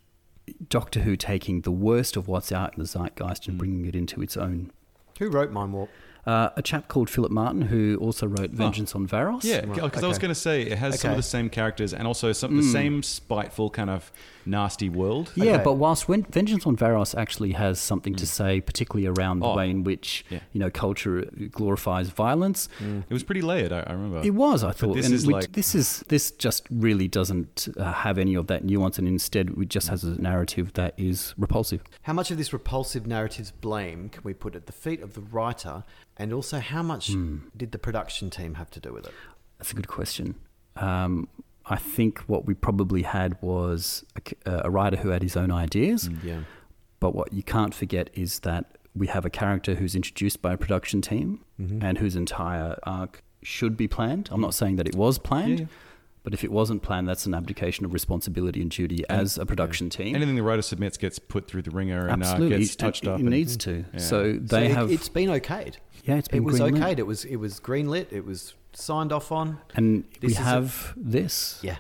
[SPEAKER 2] Doctor Who taking the worst of what's out in the zeitgeist
[SPEAKER 3] Mm.
[SPEAKER 2] and bringing it into its own
[SPEAKER 3] Who wrote Mind Warp?
[SPEAKER 2] uh, a chap called Philip Martin, who also wrote Vengeance on Varos.
[SPEAKER 1] Oh. Yeah, because I was
[SPEAKER 3] okay.
[SPEAKER 1] going to say it has some of
[SPEAKER 3] Okay.
[SPEAKER 1] the same characters and also some
[SPEAKER 2] Hmm.
[SPEAKER 1] the same spiteful kind of nasty world.
[SPEAKER 2] Yeah,
[SPEAKER 3] Okay.
[SPEAKER 2] but whilst Ven- Vengeance on Varos actually has something to say, particularly around the
[SPEAKER 1] Mm. Oh.
[SPEAKER 2] way in which
[SPEAKER 1] Yeah.
[SPEAKER 2] you know culture glorifies violence,
[SPEAKER 1] It was pretty layered. I, I remember.
[SPEAKER 2] it was. I thought
[SPEAKER 1] this
[SPEAKER 2] and
[SPEAKER 1] is
[SPEAKER 2] we-
[SPEAKER 1] like-
[SPEAKER 2] this is this just really doesn't uh, have any of that nuance, and instead it
[SPEAKER 1] Mm.
[SPEAKER 2] just has a narrative that is repulsive.
[SPEAKER 3] How much of this repulsive narrative's blame can we put at the feet of the writer? And also, how much
[SPEAKER 2] Hmm.
[SPEAKER 3] did the production team have to do with it?
[SPEAKER 2] That's a good question. Um, I think what we probably had was a, c- uh, a writer who had his own ideas.
[SPEAKER 3] Yeah.
[SPEAKER 2] But what you can't forget is that we have a character who's introduced by a production team
[SPEAKER 1] Mm-hmm.
[SPEAKER 2] and whose entire arc should be planned. I'm not saying that it was planned,
[SPEAKER 1] yeah.
[SPEAKER 2] but if it wasn't planned, that's an abdication of responsibility and duty as a production team.
[SPEAKER 1] Anything the writer submits gets put through the ringer and uh,
[SPEAKER 2] Absolutely,
[SPEAKER 1] gets
[SPEAKER 2] it-
[SPEAKER 1] touched
[SPEAKER 2] it,
[SPEAKER 1] up.
[SPEAKER 2] it
[SPEAKER 1] and-
[SPEAKER 2] needs to.
[SPEAKER 1] Yeah.
[SPEAKER 2] So they
[SPEAKER 3] so
[SPEAKER 2] have.
[SPEAKER 3] It, has been okayed.
[SPEAKER 2] yeah, it's been
[SPEAKER 3] it was
[SPEAKER 2] greenlit.
[SPEAKER 3] okayed. It was it was greenlit. It was signed off on.
[SPEAKER 2] and
[SPEAKER 3] This
[SPEAKER 2] we
[SPEAKER 3] is a-
[SPEAKER 2] have this.
[SPEAKER 3] Yeah.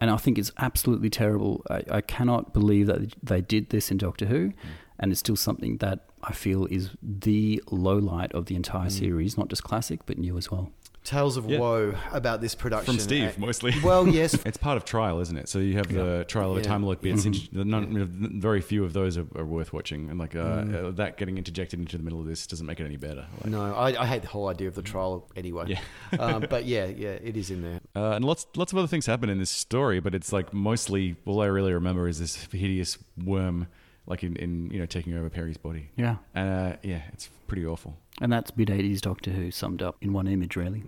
[SPEAKER 2] and I think it's absolutely terrible. I, I cannot believe that they did this in Doctor Who, and it's still something that I feel is the low light of the entire series, not just classic but new as well.
[SPEAKER 3] Tales of
[SPEAKER 1] Yeah.
[SPEAKER 3] woe about this production
[SPEAKER 1] From Steve,
[SPEAKER 3] Uh,
[SPEAKER 1] mostly.
[SPEAKER 3] Well, yes,
[SPEAKER 1] (laughs) It's part of trial, isn't it? So you have the trial of a
[SPEAKER 3] Yeah.
[SPEAKER 1] time lord. but It's int- the none, very few of those are, are worth watching, and like uh,
[SPEAKER 3] Mm.
[SPEAKER 1] uh, that getting interjected into the middle of this doesn't make it any better. Like,
[SPEAKER 3] No, I, I hate the whole idea of the trial anyway. um, but yeah, yeah, it is in there.
[SPEAKER 1] Uh, and lots lots of other things happen in this story, but it's like mostly all I really remember is this hideous worm, like in, in you know taking over Perry's body.
[SPEAKER 2] Yeah,
[SPEAKER 1] Uh, yeah, it's pretty awful.
[SPEAKER 2] and that's mid '80s Doctor Who summed up in one image, really.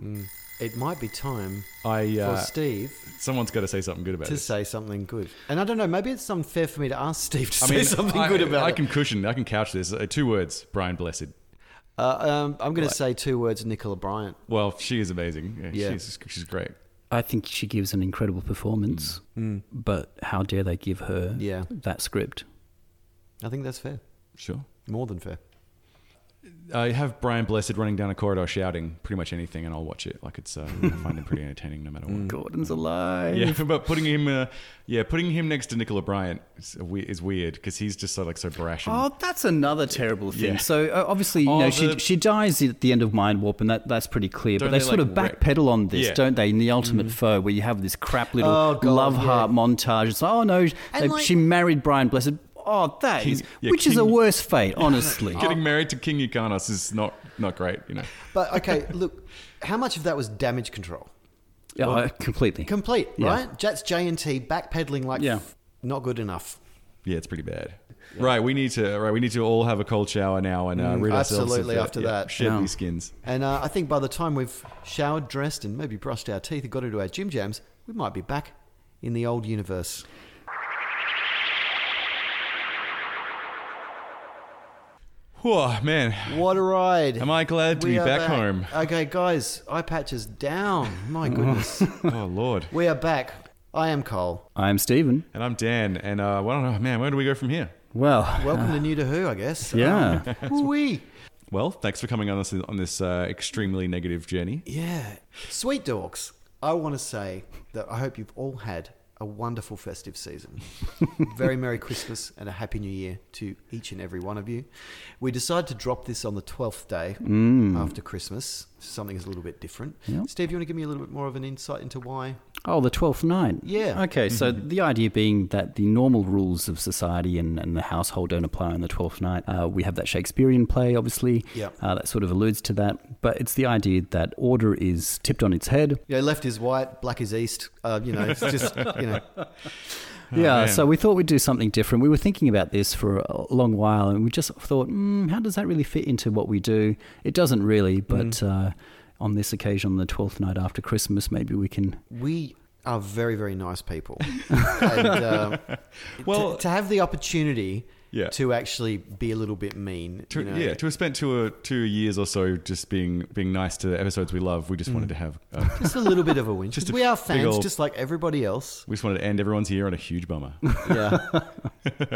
[SPEAKER 3] It might be time
[SPEAKER 1] I uh,
[SPEAKER 3] for Steve
[SPEAKER 1] someone's got to say something good about
[SPEAKER 3] to
[SPEAKER 1] this.
[SPEAKER 3] say something good. And I don't know, maybe it's unfair for me to ask Steve to
[SPEAKER 1] I
[SPEAKER 3] say
[SPEAKER 1] mean,
[SPEAKER 3] something
[SPEAKER 1] I-
[SPEAKER 3] good about
[SPEAKER 1] I
[SPEAKER 3] it.
[SPEAKER 1] can cushion, I can couch this. Uh, two words: Brian Blessed.
[SPEAKER 3] Uh, um, I'm going to say two words, Nicola Bryant.
[SPEAKER 1] Well, she is amazing. Yeah,
[SPEAKER 3] Yeah.
[SPEAKER 1] She's, she's great.
[SPEAKER 2] I think she gives an incredible performance, but how dare they give her
[SPEAKER 3] Yeah.
[SPEAKER 2] that script?
[SPEAKER 3] I think that's fair.
[SPEAKER 1] Sure.
[SPEAKER 3] More than fair.
[SPEAKER 1] I have Brian Blessed running down a corridor shouting pretty much anything, and I'll watch it. Like it's, uh, I find him
[SPEAKER 3] (laughs)
[SPEAKER 1] pretty entertaining no matter what.
[SPEAKER 3] Mm.
[SPEAKER 2] Gordon's alive.
[SPEAKER 1] Yeah, (laughs) but putting him, uh, yeah, putting him next to Nicola Bryant is, a we- is weird because he's just so like so brash. And,
[SPEAKER 2] Oh, that's another terrible thing.
[SPEAKER 1] Yeah.
[SPEAKER 2] So uh, obviously, you
[SPEAKER 1] Oh,
[SPEAKER 2] know, she
[SPEAKER 1] the-
[SPEAKER 2] she dies at the end of Mind Warp, and that, that's pretty clear. But
[SPEAKER 1] Don't
[SPEAKER 2] they,
[SPEAKER 1] they,
[SPEAKER 2] sort
[SPEAKER 1] like,
[SPEAKER 2] of
[SPEAKER 1] rip-
[SPEAKER 2] backpedal on this,
[SPEAKER 1] Yeah. Mm-hmm.
[SPEAKER 2] don't they? In the Ultimate Foe, where you have this crap little
[SPEAKER 3] Oh, God,
[SPEAKER 2] love
[SPEAKER 3] yeah.
[SPEAKER 2] heart montage. It's oh no, they,
[SPEAKER 3] like-
[SPEAKER 2] she married Brian Blessed. Oh, that is
[SPEAKER 1] King- yeah,
[SPEAKER 2] which is a
[SPEAKER 1] King- (laughs)
[SPEAKER 2] worse fate, honestly.
[SPEAKER 3] Oh.
[SPEAKER 1] Getting married to King Yukanos is not not great, you know.
[SPEAKER 3] But okay,
[SPEAKER 1] (laughs)
[SPEAKER 3] look, how much of that was damage control?
[SPEAKER 2] yeah, I- completely.
[SPEAKER 3] Complete,
[SPEAKER 2] Yeah.
[SPEAKER 3] right? Jets J and T backpedaling like
[SPEAKER 2] Yeah.
[SPEAKER 3] f- not good enough.
[SPEAKER 1] Yeah, it's pretty bad. Right, we need to right, we need to all have a cold shower now and uh, rid ourselves
[SPEAKER 3] Mm, absolutely
[SPEAKER 1] of the-
[SPEAKER 3] after
[SPEAKER 1] yeah,
[SPEAKER 3] that.
[SPEAKER 1] shaggy
[SPEAKER 2] Yeah.
[SPEAKER 1] skins.
[SPEAKER 3] And uh, I think by the time we've showered, dressed, and maybe brushed our teeth and got into our gym jams, we might be back in the old universe.
[SPEAKER 1] Whoa, man.
[SPEAKER 3] What a ride.
[SPEAKER 1] Am I glad to
[SPEAKER 3] We
[SPEAKER 1] be
[SPEAKER 3] are
[SPEAKER 1] back, home?
[SPEAKER 3] Okay, guys, eye patches down.
[SPEAKER 1] (laughs)
[SPEAKER 3] My goodness.
[SPEAKER 1] Oh, Lord.
[SPEAKER 3] we are back. I am Cole.
[SPEAKER 2] I'm Stephen.
[SPEAKER 1] And I'm Dan. And uh, well, I don't know, man, where do we go from here?
[SPEAKER 2] Well,
[SPEAKER 3] Welcome to New to Who, I guess. (laughs)
[SPEAKER 2] yeah.
[SPEAKER 3] we.
[SPEAKER 1] Well, thanks for coming on this, on this uh, extremely negative journey.
[SPEAKER 3] Yeah. Sweet dorks, I want to say that I hope you've all had a wonderful festive
[SPEAKER 1] (laughs)
[SPEAKER 3] season. Very Merry Christmas and a Happy New Year to each and every one of you. We decided to drop this on the 12th day
[SPEAKER 1] Mm.
[SPEAKER 3] after Christmas. Something is a little bit different.
[SPEAKER 2] Yep.
[SPEAKER 3] Steve, you want to give me a little bit more of an insight into why?
[SPEAKER 2] Oh, the twelfth night.
[SPEAKER 3] Yeah.
[SPEAKER 2] Okay, so the idea being that the normal rules of society and, and the household don't apply on the twelfth night. Uh, we have that Shakespearean play, obviously.
[SPEAKER 3] Yeah.
[SPEAKER 2] Uh, that sort of alludes to that, but it's the idea that order is tipped on its head.
[SPEAKER 3] You know, left is white, black is east. Uh, you know, it's just,
[SPEAKER 1] (laughs)
[SPEAKER 3] you know.
[SPEAKER 2] yeah,
[SPEAKER 1] man.
[SPEAKER 2] so we thought we'd do something different. We were thinking about this for a long while, and we just thought, mm, how does that really fit into what we do? It doesn't really, but uh, on this occasion, on the twelfth night after Christmas, maybe we can.
[SPEAKER 3] We are very, very
[SPEAKER 1] (laughs)
[SPEAKER 3] nice people. and, um,
[SPEAKER 1] Well-
[SPEAKER 3] to, to have the opportunity
[SPEAKER 1] Yeah.
[SPEAKER 3] to actually be a little bit mean.
[SPEAKER 1] To,
[SPEAKER 3] you know,
[SPEAKER 1] yeah, to have spent two, uh, two years or so just being being nice to the episodes we love, we
[SPEAKER 3] Mm.
[SPEAKER 1] just wanted to have. Uh,
[SPEAKER 3] just a little bit of a win.
[SPEAKER 1] Just a
[SPEAKER 3] we are
[SPEAKER 1] big
[SPEAKER 3] fans,
[SPEAKER 1] old-
[SPEAKER 3] just like everybody else.
[SPEAKER 1] we just wanted to end everyone's year on a huge bummer.
[SPEAKER 3] Yeah. (laughs)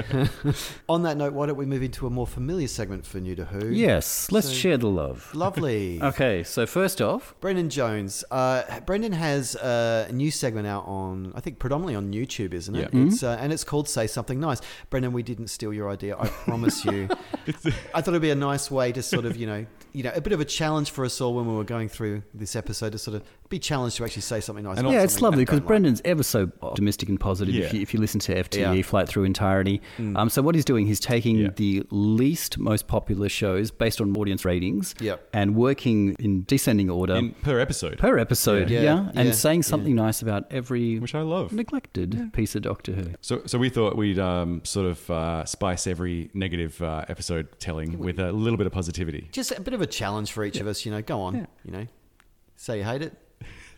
[SPEAKER 3] On that note, why don't we move into a more familiar segment for New to Who?
[SPEAKER 2] Yes, let's
[SPEAKER 3] So-
[SPEAKER 2] share the love.
[SPEAKER 3] Lovely. (laughs)
[SPEAKER 2] Okay, so first off,
[SPEAKER 3] Brendan Jones. Uh, Brendan has a new segment out on, I think, predominantly on YouTube, isn't it?
[SPEAKER 1] Yeah.
[SPEAKER 3] It's, uh, and it's called "Say Something Nice." Brendan, we didn't steal your idea. I promise (laughs) you. I thought it'd be a nice way to sort of, you know, you know, a bit of a challenge for us all when we were going through this episode to sort of be challenged to actually say something nice. not
[SPEAKER 2] yeah, it's
[SPEAKER 3] something
[SPEAKER 2] lovely
[SPEAKER 3] you don't
[SPEAKER 2] because
[SPEAKER 3] like.
[SPEAKER 2] Brendan's ever so optimistic and positive. If,
[SPEAKER 1] Yeah. Mm.
[SPEAKER 2] you, if you listen to FTE
[SPEAKER 3] Yeah.
[SPEAKER 2] Flight Through Entirety, um, so what he's doing, he's taking
[SPEAKER 1] Yeah.
[SPEAKER 2] the least most popular shows based on audience ratings,
[SPEAKER 3] Yep.
[SPEAKER 2] and working in descending order
[SPEAKER 1] In, per episode,
[SPEAKER 2] per episode,
[SPEAKER 3] Yeah.
[SPEAKER 2] yeah,
[SPEAKER 3] Yeah,
[SPEAKER 2] and
[SPEAKER 3] yeah,
[SPEAKER 2] saying something nice about every
[SPEAKER 1] which I love.
[SPEAKER 2] neglected piece of Doctor Who.
[SPEAKER 1] So, so we thought we'd um, sort of uh, spice every negative uh, episode telling with a little bit of positivity.
[SPEAKER 3] just a bit of a challenge for each of us. You know, go on.
[SPEAKER 2] Yeah.
[SPEAKER 3] You know, say you hate it.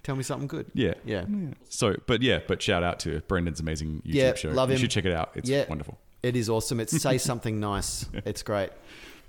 [SPEAKER 3] Tell me something good.
[SPEAKER 1] Yeah.
[SPEAKER 3] Yeah.
[SPEAKER 1] So, but yeah, but shout out to Brendan's amazing YouTube
[SPEAKER 3] Yeah,
[SPEAKER 1] show.
[SPEAKER 3] love
[SPEAKER 1] you
[SPEAKER 3] him.
[SPEAKER 1] should check it out. It's
[SPEAKER 3] Yeah.
[SPEAKER 1] wonderful.
[SPEAKER 3] It is awesome. It's say something nice. It's great.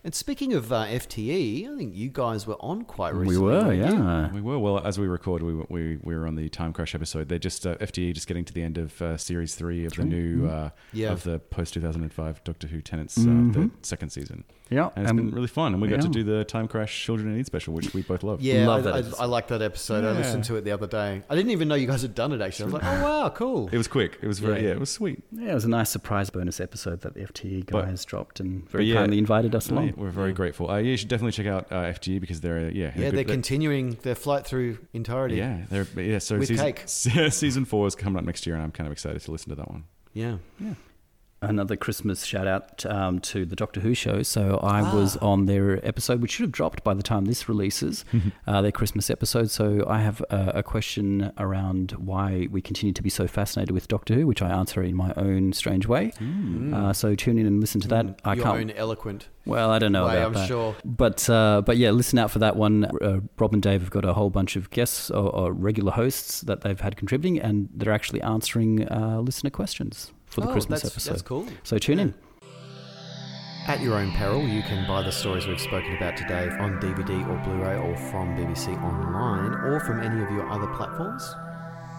[SPEAKER 3] And speaking of uh, FTE, I think you guys were on quite recently.
[SPEAKER 2] We were,
[SPEAKER 3] weren't you?
[SPEAKER 2] yeah.
[SPEAKER 1] We were well as we record. We we, we were on the Time Crash episode. They're just uh, FTE just getting to the end of uh, series three of the new uh,
[SPEAKER 3] Mm-hmm. Yeah. Mm-hmm.
[SPEAKER 1] of the post two thousand and five Doctor Who tenants, uh, the second season.
[SPEAKER 2] Yeah,
[SPEAKER 1] and it's
[SPEAKER 2] and-
[SPEAKER 1] been really fun. And we got to
[SPEAKER 2] yeah.
[SPEAKER 1] do the Time Crash Children in Need special, which we both love.
[SPEAKER 3] Yeah,
[SPEAKER 2] Love
[SPEAKER 3] I,
[SPEAKER 2] that episode.
[SPEAKER 3] I, I like that episode. I
[SPEAKER 1] Yeah.
[SPEAKER 3] listened to it the other day. I didn't even know you guys had done it. Actually, I was like, oh wow, cool.
[SPEAKER 1] it was quick. It was very
[SPEAKER 3] Yeah.
[SPEAKER 1] yeah, it was sweet.
[SPEAKER 2] Yeah, it was a nice surprise bonus episode that the FTE
[SPEAKER 1] But-
[SPEAKER 2] guys dropped and
[SPEAKER 1] But
[SPEAKER 2] very
[SPEAKER 1] yeah.
[SPEAKER 2] kindly invited us
[SPEAKER 1] So, yeah,
[SPEAKER 2] along.
[SPEAKER 1] we're very grateful. Uh, yeah, you should definitely check out uh, FTE because they're uh, yeah
[SPEAKER 3] Yeah, they're continuing their flight through entirety.
[SPEAKER 1] yeah they're yeah so
[SPEAKER 3] With
[SPEAKER 1] season,
[SPEAKER 3] cake.
[SPEAKER 1] (laughs) season four is coming up next year, and I'm kind of excited to listen to that one.
[SPEAKER 3] yeah.
[SPEAKER 2] another Christmas shout out um, to the Doctor Who show. So I
[SPEAKER 3] Ah.
[SPEAKER 2] was on their episode, which should have dropped by the time this
[SPEAKER 3] (laughs)
[SPEAKER 2] releases,
[SPEAKER 3] Mm-hmm.
[SPEAKER 2] uh, their Christmas episode. So I have a, a question around why we continue to be so fascinated with Doctor Who, which I answer in my own strange way.
[SPEAKER 3] Mm.
[SPEAKER 2] Uh, so tune in and listen to that. I
[SPEAKER 3] Hmm. Your
[SPEAKER 2] can't.
[SPEAKER 3] own eloquent.
[SPEAKER 2] Well, I don't know
[SPEAKER 3] way,
[SPEAKER 2] about
[SPEAKER 3] I'm
[SPEAKER 2] that.
[SPEAKER 3] sure.
[SPEAKER 2] But uh, but yeah, listen out for that one. Uh, Rob and Dave have got a whole bunch of guests or, or regular hosts that they've had contributing, and they're actually answering uh, listener questions for the
[SPEAKER 3] Oh,
[SPEAKER 2] Christmas
[SPEAKER 3] that's-
[SPEAKER 2] episode.
[SPEAKER 3] that's cool.
[SPEAKER 2] So tune in.
[SPEAKER 3] At your own peril, you can buy the stories we've spoken about today on DVD or Blu-ray or from BBC Online or from any of your other platforms.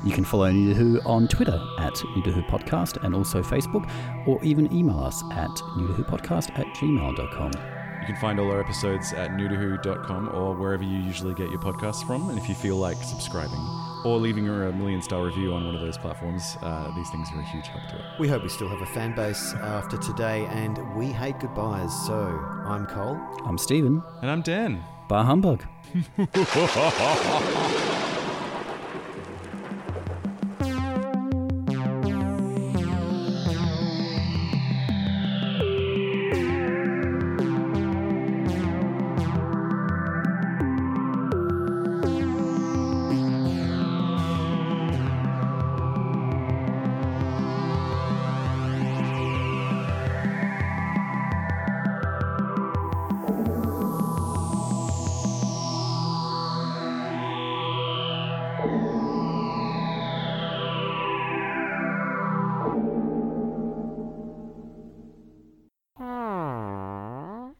[SPEAKER 2] You can follow New to Who on Twitter at New to Who Podcast and also Facebook, or even email us at New to Who Podcast at gmail.com.
[SPEAKER 1] You can find all our episodes at newtohoo.com or wherever you usually get your podcasts from. And if you feel like subscribing or leaving a million star review on one of those platforms, uh, these things are a huge help to it.
[SPEAKER 3] We hope we still have a fan base after today, and we hate goodbyes. So I'm Cole.
[SPEAKER 2] I'm Stephen.
[SPEAKER 1] And I'm Dan.
[SPEAKER 2] Bar Humbug.